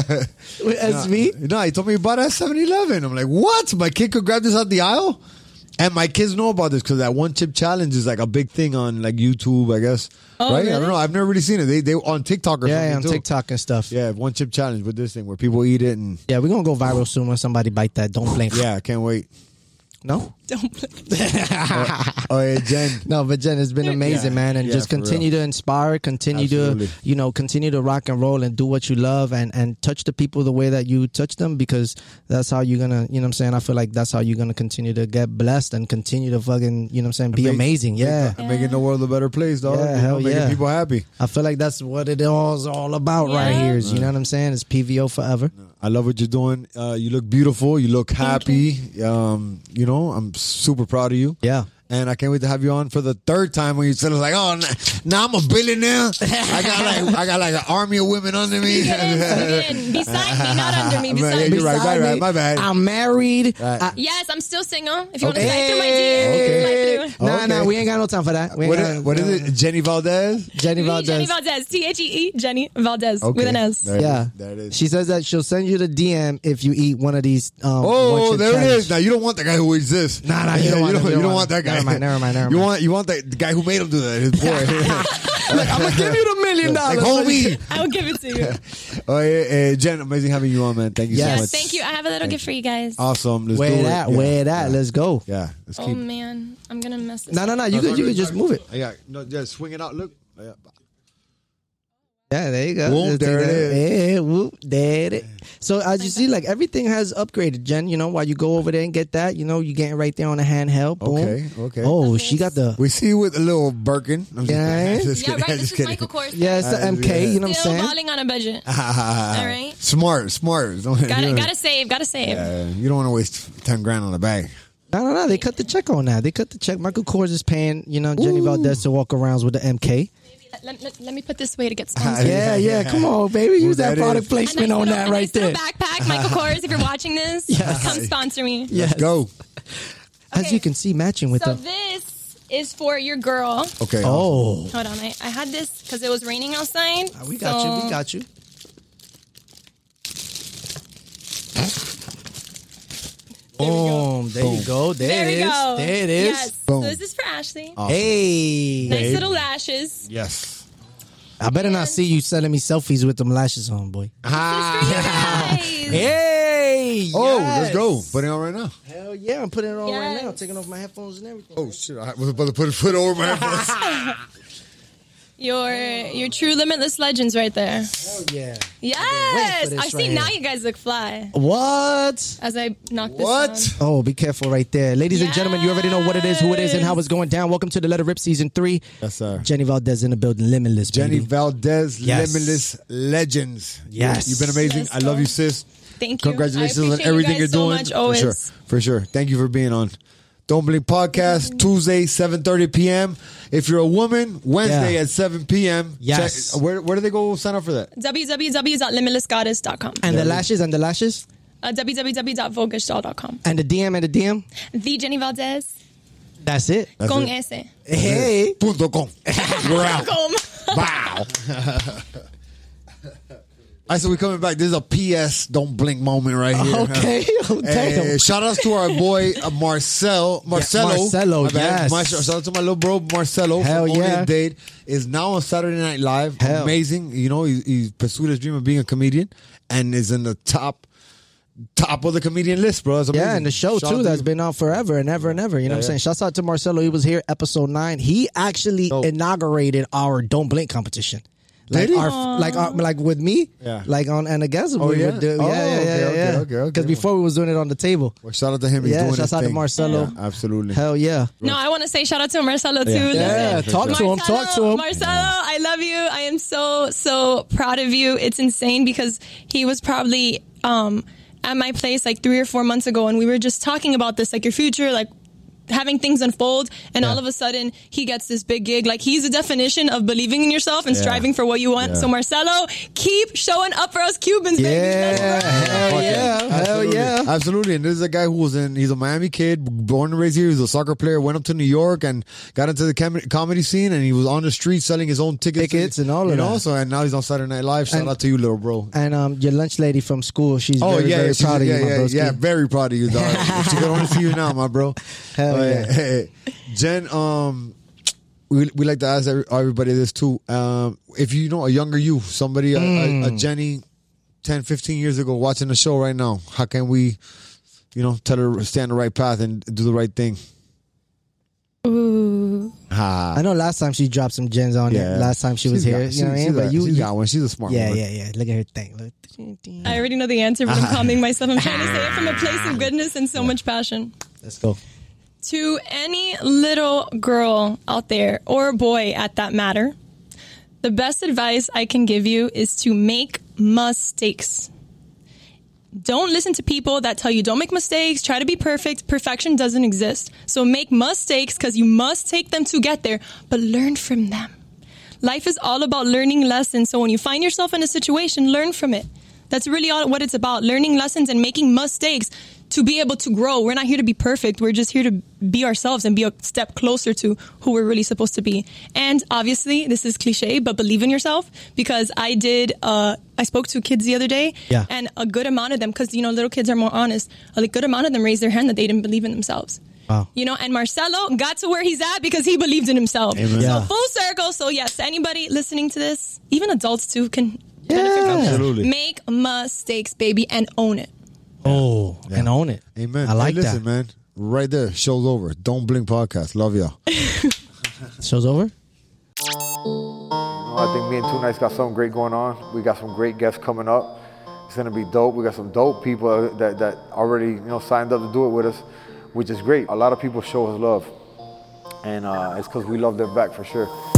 Speaker 1: With SV.
Speaker 4: No, he told me he bought it at 7 Eleven. I'm like, what? My kid could grab this out the aisle? And my kids know about this because that one chip challenge is like a big thing on like YouTube, I guess.
Speaker 2: Oh,
Speaker 4: right? I
Speaker 2: really?
Speaker 4: don't know. I've never really seen it. They they on TikTok or
Speaker 1: Yeah,
Speaker 4: something
Speaker 1: on
Speaker 4: too.
Speaker 1: TikTok and stuff. Yeah.
Speaker 4: Yeah, one chip challenge with this thing where people eat it and
Speaker 1: we're gonna go viral soon when somebody bite that. Don't blink.
Speaker 4: yeah, I can't wait.
Speaker 1: No?
Speaker 2: Don't play.
Speaker 4: Oh yeah, Jen.
Speaker 1: No, but Jen, it's been amazing,
Speaker 4: Yeah.
Speaker 1: man. And
Speaker 4: Yeah,
Speaker 1: just
Speaker 4: for
Speaker 1: continue to inspire, continue
Speaker 4: Absolutely.
Speaker 1: to you know, continue to rock and roll and do what you love and and touch the people the way that you touch them because that's how you're gonna you know what I'm saying? I feel like that's how you're gonna continue to get blessed and continue to fucking you know what I'm saying, be
Speaker 4: Make-
Speaker 1: amazing. Yeah.
Speaker 4: Make, making the world a better place, dog.
Speaker 1: Yeah, hell
Speaker 4: making
Speaker 1: yeah.
Speaker 4: people happy.
Speaker 1: I feel like that's what it all is all about
Speaker 2: Yeah.
Speaker 1: right here. Is, you know what I'm saying? It's PVO forever.
Speaker 4: I love what you're doing. Uh, you look beautiful. You look happy. Um, you know, I'm super proud of you.
Speaker 1: Yeah.
Speaker 4: And I can't wait to have you on for the third time when you said it's like, oh, now now I'm a billionaire. I got like I got like an army of women under me.
Speaker 2: Again, beside me, not under me.
Speaker 4: Man, yeah,
Speaker 2: Beside
Speaker 4: you're
Speaker 2: me.
Speaker 4: right.
Speaker 1: Beside
Speaker 4: my
Speaker 1: me,
Speaker 4: bad.
Speaker 1: I'm married.
Speaker 4: Right.
Speaker 1: I-
Speaker 2: Yes, I'm still single. If you want to slide through my DM,
Speaker 1: Hey.
Speaker 2: slide
Speaker 4: through.
Speaker 1: Nah,
Speaker 4: Okay.
Speaker 1: nah, we ain't got no time for that. We ain't
Speaker 4: What
Speaker 1: got-
Speaker 4: is, what is it? Jenny Valdez.
Speaker 1: Jenny
Speaker 2: through. Me,
Speaker 1: Valdez.
Speaker 2: Jenny Valdez. T H E E. Jenny Valdez with an S.
Speaker 4: There it is.
Speaker 1: Yeah,
Speaker 4: There it is.
Speaker 1: she says that she'll send you the DM if you eat one of these. Um,
Speaker 4: Oh,
Speaker 1: one-chip
Speaker 4: there it
Speaker 1: challenges.
Speaker 4: is. Now you don't want the guy who eats this.
Speaker 1: Nah, nah, you
Speaker 4: Yeah,
Speaker 1: don't want
Speaker 4: you
Speaker 1: him,
Speaker 4: don't,
Speaker 1: you don't
Speaker 4: you don't want
Speaker 1: want
Speaker 4: that
Speaker 1: him.
Speaker 4: guy.
Speaker 1: Never mind, never mind, never
Speaker 4: You
Speaker 1: mind.
Speaker 4: want you want that the guy who made him do that. His boy.
Speaker 1: Like, I'm gonna give you the million
Speaker 4: like,
Speaker 1: dollars.
Speaker 4: homie.
Speaker 2: I will give it to you.
Speaker 4: Oh, yeah, uh, Jen, amazing having you on, man. Thank you
Speaker 1: Yes.
Speaker 4: so
Speaker 2: Yes,
Speaker 4: much.
Speaker 2: thank you. I have a little gift for you guys.
Speaker 4: Awesome. Let's do
Speaker 1: Where
Speaker 4: it.
Speaker 1: that?
Speaker 4: yeah.
Speaker 1: Where that? Let's go.
Speaker 4: Yeah. Let's
Speaker 2: Oh
Speaker 4: keep.
Speaker 2: man, I'm gonna mess this.
Speaker 1: No, no, no. You could, you could just move it.
Speaker 4: Yeah. No, just swing it out. Look. Yeah.
Speaker 1: Yeah, there you go.
Speaker 4: Whoop,
Speaker 1: Just
Speaker 4: there
Speaker 1: take
Speaker 4: it
Speaker 1: that.
Speaker 4: is.
Speaker 1: Yeah, whoop, there it is. So as you see, like everything has upgraded, Jen. You know, while you go over there and get that, you know, you getting right there on a handheld. Boom.
Speaker 4: Okay, okay.
Speaker 1: Oh, she got the
Speaker 4: We see you with a little Birkin. I'm just
Speaker 1: Yeah.
Speaker 4: kidding. Just
Speaker 2: Yeah,
Speaker 4: kidding.
Speaker 2: right.
Speaker 4: Just
Speaker 2: This is
Speaker 4: kidding.
Speaker 2: Michael Kors.
Speaker 1: yeah, it's the
Speaker 4: Uh,
Speaker 1: MK. You know what I'm
Speaker 2: Still
Speaker 1: saying?
Speaker 2: balling on a budget. All right.
Speaker 4: Smart, smart. Don't- you
Speaker 2: Gotta,
Speaker 4: don't-
Speaker 2: gotta save. Gotta save.
Speaker 4: uh, you don't want to waste ten grand on a bag.
Speaker 1: No, no, no. They cut the check on that. They cut the check. Michael Kors is paying, you know, Jenny Valdez to walk around with the MK.
Speaker 2: Let, let, let me put this way to get sponsored.
Speaker 1: Yeah, yeah. Come on, baby.
Speaker 4: Ooh,
Speaker 1: Use that
Speaker 4: that
Speaker 1: product
Speaker 4: is-
Speaker 2: A
Speaker 1: placement
Speaker 2: nice
Speaker 1: on
Speaker 2: little-
Speaker 1: that
Speaker 2: a
Speaker 1: right
Speaker 2: nice little
Speaker 1: there.
Speaker 2: Backpack, Michael Kors. If you're watching this, come sponsor me.
Speaker 1: Yes.
Speaker 4: Go.
Speaker 1: As you can see, matching with
Speaker 2: So
Speaker 1: the.
Speaker 2: this is for your girl.
Speaker 4: Okay. uh,
Speaker 1: Oh.
Speaker 2: Hold on, I, I had this because it was raining outside.
Speaker 1: Ah, We got you. We got you. Boom. There you go. There,
Speaker 2: There
Speaker 1: it
Speaker 2: we
Speaker 1: is.
Speaker 2: go.
Speaker 1: There it is.
Speaker 2: Yes.
Speaker 4: Boom.
Speaker 2: So this is for Ashley.
Speaker 1: Hey.
Speaker 2: nice little lashes.
Speaker 4: Yes.
Speaker 1: I better not see you sending me selfies with them lashes on, boy. Ah.
Speaker 2: This is for you guys.
Speaker 1: Hey.
Speaker 4: Ah. Oh, let's
Speaker 1: yes.
Speaker 4: go. Put it on right now.
Speaker 1: Hell yeah. I'm putting it on right now.
Speaker 2: Yes.
Speaker 1: Taking off my headphones and everything.
Speaker 4: Oh shit! I was about to put a foot over my head.
Speaker 2: Your your true limitless legends right there.
Speaker 1: Hell Oh, yeah.
Speaker 2: Yes.
Speaker 1: for
Speaker 2: I
Speaker 1: this
Speaker 2: see
Speaker 1: right
Speaker 2: now
Speaker 1: here.
Speaker 2: you guys look fly
Speaker 1: What?
Speaker 2: as I knock this
Speaker 4: what?
Speaker 2: down.
Speaker 1: Oh, be careful right there. Ladies and gentlemen, you already know what it is, who it is, and how
Speaker 2: Yes.
Speaker 1: it's going down. Welcome to the Letter Rip Season 3.
Speaker 4: Yes, sir.
Speaker 1: Jenny Valdez in the building, limitless.
Speaker 4: Jenny
Speaker 1: baby.
Speaker 4: Valdez,
Speaker 1: Yes.
Speaker 4: Limitless Legends.
Speaker 1: Yes.
Speaker 4: You've been amazing.
Speaker 2: Yes,
Speaker 4: I love
Speaker 2: girl.
Speaker 4: you, sis.
Speaker 2: Thank you. I
Speaker 4: Congratulations on
Speaker 2: appreciate
Speaker 4: everything
Speaker 2: you
Speaker 4: are
Speaker 2: guys
Speaker 4: doing.
Speaker 2: So much, always.
Speaker 4: For sure. For sure. Thank you for being on. Don't Blink
Speaker 2: Mm-hmm.
Speaker 4: Podcast, Tuesday, 7.30 p.m. If you're a woman, Wednesday
Speaker 1: Yeah.
Speaker 4: at 7 p.m.
Speaker 1: Yes.
Speaker 4: Check- where, where do they go sign up for that?
Speaker 2: www.limitlessgoddess.com.
Speaker 1: And the lashes, and the lashes,
Speaker 2: uh, www.volgashaw.com.
Speaker 1: and the DM, and the DM.
Speaker 2: The Jenny Valdez.
Speaker 1: That's it.
Speaker 4: That's
Speaker 2: Con
Speaker 4: it.
Speaker 2: ese.
Speaker 1: Hey.
Speaker 4: Punto com. We're out.
Speaker 2: Com.
Speaker 4: Wow. I said we're coming back. This is a PS don't blink moment right here.
Speaker 1: Okay. Oh, damn.
Speaker 4: Eh, shout out to our boy uh, Marcel, Marcelo.
Speaker 1: Marcelo,
Speaker 4: My bad.
Speaker 1: yes.
Speaker 4: My- shout out to my little bro Marcelo.
Speaker 1: Hell
Speaker 4: from Only
Speaker 1: yeah.
Speaker 4: a Date is now on Saturday Night Live.
Speaker 1: Hell.
Speaker 4: Amazing. You know, he, he pursued his dream of being a comedian and is in the top top of the comedian list, bro. That's
Speaker 1: Yeah,
Speaker 4: amazing.
Speaker 1: and the show
Speaker 4: Shout out
Speaker 1: too
Speaker 4: to
Speaker 1: that's
Speaker 4: you.
Speaker 1: been out forever and ever and ever. You know what I'm saying? Shouts out to Marcelo. He was here episode nine. He actually
Speaker 4: Dope.
Speaker 1: inaugurated our Don't Blink competition. Like
Speaker 4: he?
Speaker 1: our, like our, like with me,
Speaker 4: Yeah.
Speaker 1: like on and against.
Speaker 4: Oh,
Speaker 1: we
Speaker 4: yeah?
Speaker 1: would do, yeah, yeah,
Speaker 4: Oh, okay,
Speaker 1: yeah,
Speaker 4: okay,
Speaker 1: yeah.
Speaker 4: okay, okay.
Speaker 1: Because before we was doing it on the table.
Speaker 4: Well, shout out to him. He's
Speaker 1: Yeah,
Speaker 4: doing
Speaker 1: shout
Speaker 4: his
Speaker 1: out to
Speaker 4: thing.
Speaker 1: Marcelo.
Speaker 4: Yeah, absolutely.
Speaker 1: Hell yeah!
Speaker 2: No, I want to say shout out to Marcelo too.
Speaker 4: Yeah.
Speaker 2: Listen.
Speaker 1: Yeah, talk to him,
Speaker 2: Marcelo,
Speaker 1: talk to him.
Speaker 2: Marcelo, I love you. I am so so proud of you. It's insane because he was probably um, at my place like three or four months ago, and we were just talking about this, like your future, like having things unfold, and all of a sudden he gets this big gig. Like he's the definition of believing in yourself and
Speaker 4: Yeah.
Speaker 2: striving for what you want.
Speaker 4: Yeah.
Speaker 2: So Marcelo, keep showing up for us Cubans, baby. Let's
Speaker 1: Yeah,
Speaker 2: go.
Speaker 1: hell yeah, hell
Speaker 4: Absolutely.
Speaker 1: yeah!
Speaker 4: Absolutely. And this is a guy who was in, he's a Miami kid, born and raised here. He was a soccer player, went up to New York and got into the com- comedy scene and he was on the street selling his own tickets.
Speaker 1: Tickets and all of
Speaker 4: you know,
Speaker 1: that.
Speaker 4: So, and now he's on Saturday Night Live. Shout
Speaker 1: And-
Speaker 4: out to you, little bro.
Speaker 1: And um, your lunch lady from school, Oh, she's very, very
Speaker 4: she's-
Speaker 1: proud of
Speaker 4: Oh, yeah,
Speaker 1: you, my
Speaker 4: yeah,
Speaker 1: broski.
Speaker 4: yeah, very proud of you, dog. she can only see you now, my bro.
Speaker 1: Hell
Speaker 4: But,
Speaker 1: yeah.
Speaker 4: hey, Jen, um, we, we like to ask every- everybody this too. Um, if you know a younger you, somebody, a- a,
Speaker 1: Hmm.
Speaker 4: a, Jenny, 10, 15 years ago, watching the show right now, how can we, you know, tell her to stay on the right path and do the right thing?
Speaker 1: I know last time she dropped some gems on it. Last time she was
Speaker 4: She's
Speaker 1: here,
Speaker 4: got-
Speaker 1: you know what I
Speaker 4: she's
Speaker 1: mean.
Speaker 4: got-
Speaker 1: But you,
Speaker 4: she's
Speaker 1: you-
Speaker 4: got one. She's a smart
Speaker 1: yeah,
Speaker 4: one.
Speaker 1: yeah, yeah. Look at her thing. Look.
Speaker 2: I already know the answer, but I'm
Speaker 1: Uh-huh.
Speaker 2: calming myself. I'm trying to say it from a place of goodness and so much passion.
Speaker 1: Let's go.
Speaker 2: to any little girl out there or boy at that matter, the best advice I can give you is to make mistakes. Don't listen to people that tell you don't make mistakes, try to be perfect. Perfection doesn't exist. So make mistakes because you must take them to get there, but learn from them. Life is all about learning lessons. So when you find yourself in a situation, learn from it. That's really all what it's about learning lessons and making mistakes to be able to grow. We're not here to be perfect. We're just here to be ourselves and be a step closer to who we're really supposed to be. And obviously, this is cliche, but believe in yourself because I did, uh, I spoke to kids the other day
Speaker 1: Yeah.
Speaker 2: and a good amount of them, because, you know, little kids are more honest, a good amount of them raised their hand that they didn't believe in themselves.
Speaker 1: Wow.
Speaker 2: You know, and Marcelo got to where he's at because he believed in himself.
Speaker 4: Amen.
Speaker 1: Yeah.
Speaker 2: So full circle. So yes, anybody listening to this, even adults too, can benefit from this.
Speaker 4: Absolutely.
Speaker 2: Make mistakes, baby, and own it.
Speaker 1: Oh, and own it.
Speaker 4: Amen.
Speaker 1: I like
Speaker 4: hey, listen,
Speaker 1: that.
Speaker 4: man. Right there. Show's over. Don't blink podcast. Love y'all.
Speaker 1: Show's over.
Speaker 3: I think me and Two Nights got something great going on. We got some great guests coming up. It's gonna be dope. We got some dope people that, that already you know signed up to do it with us, which is great. A lot of people show us love, and uh, it's because we love them back for sure.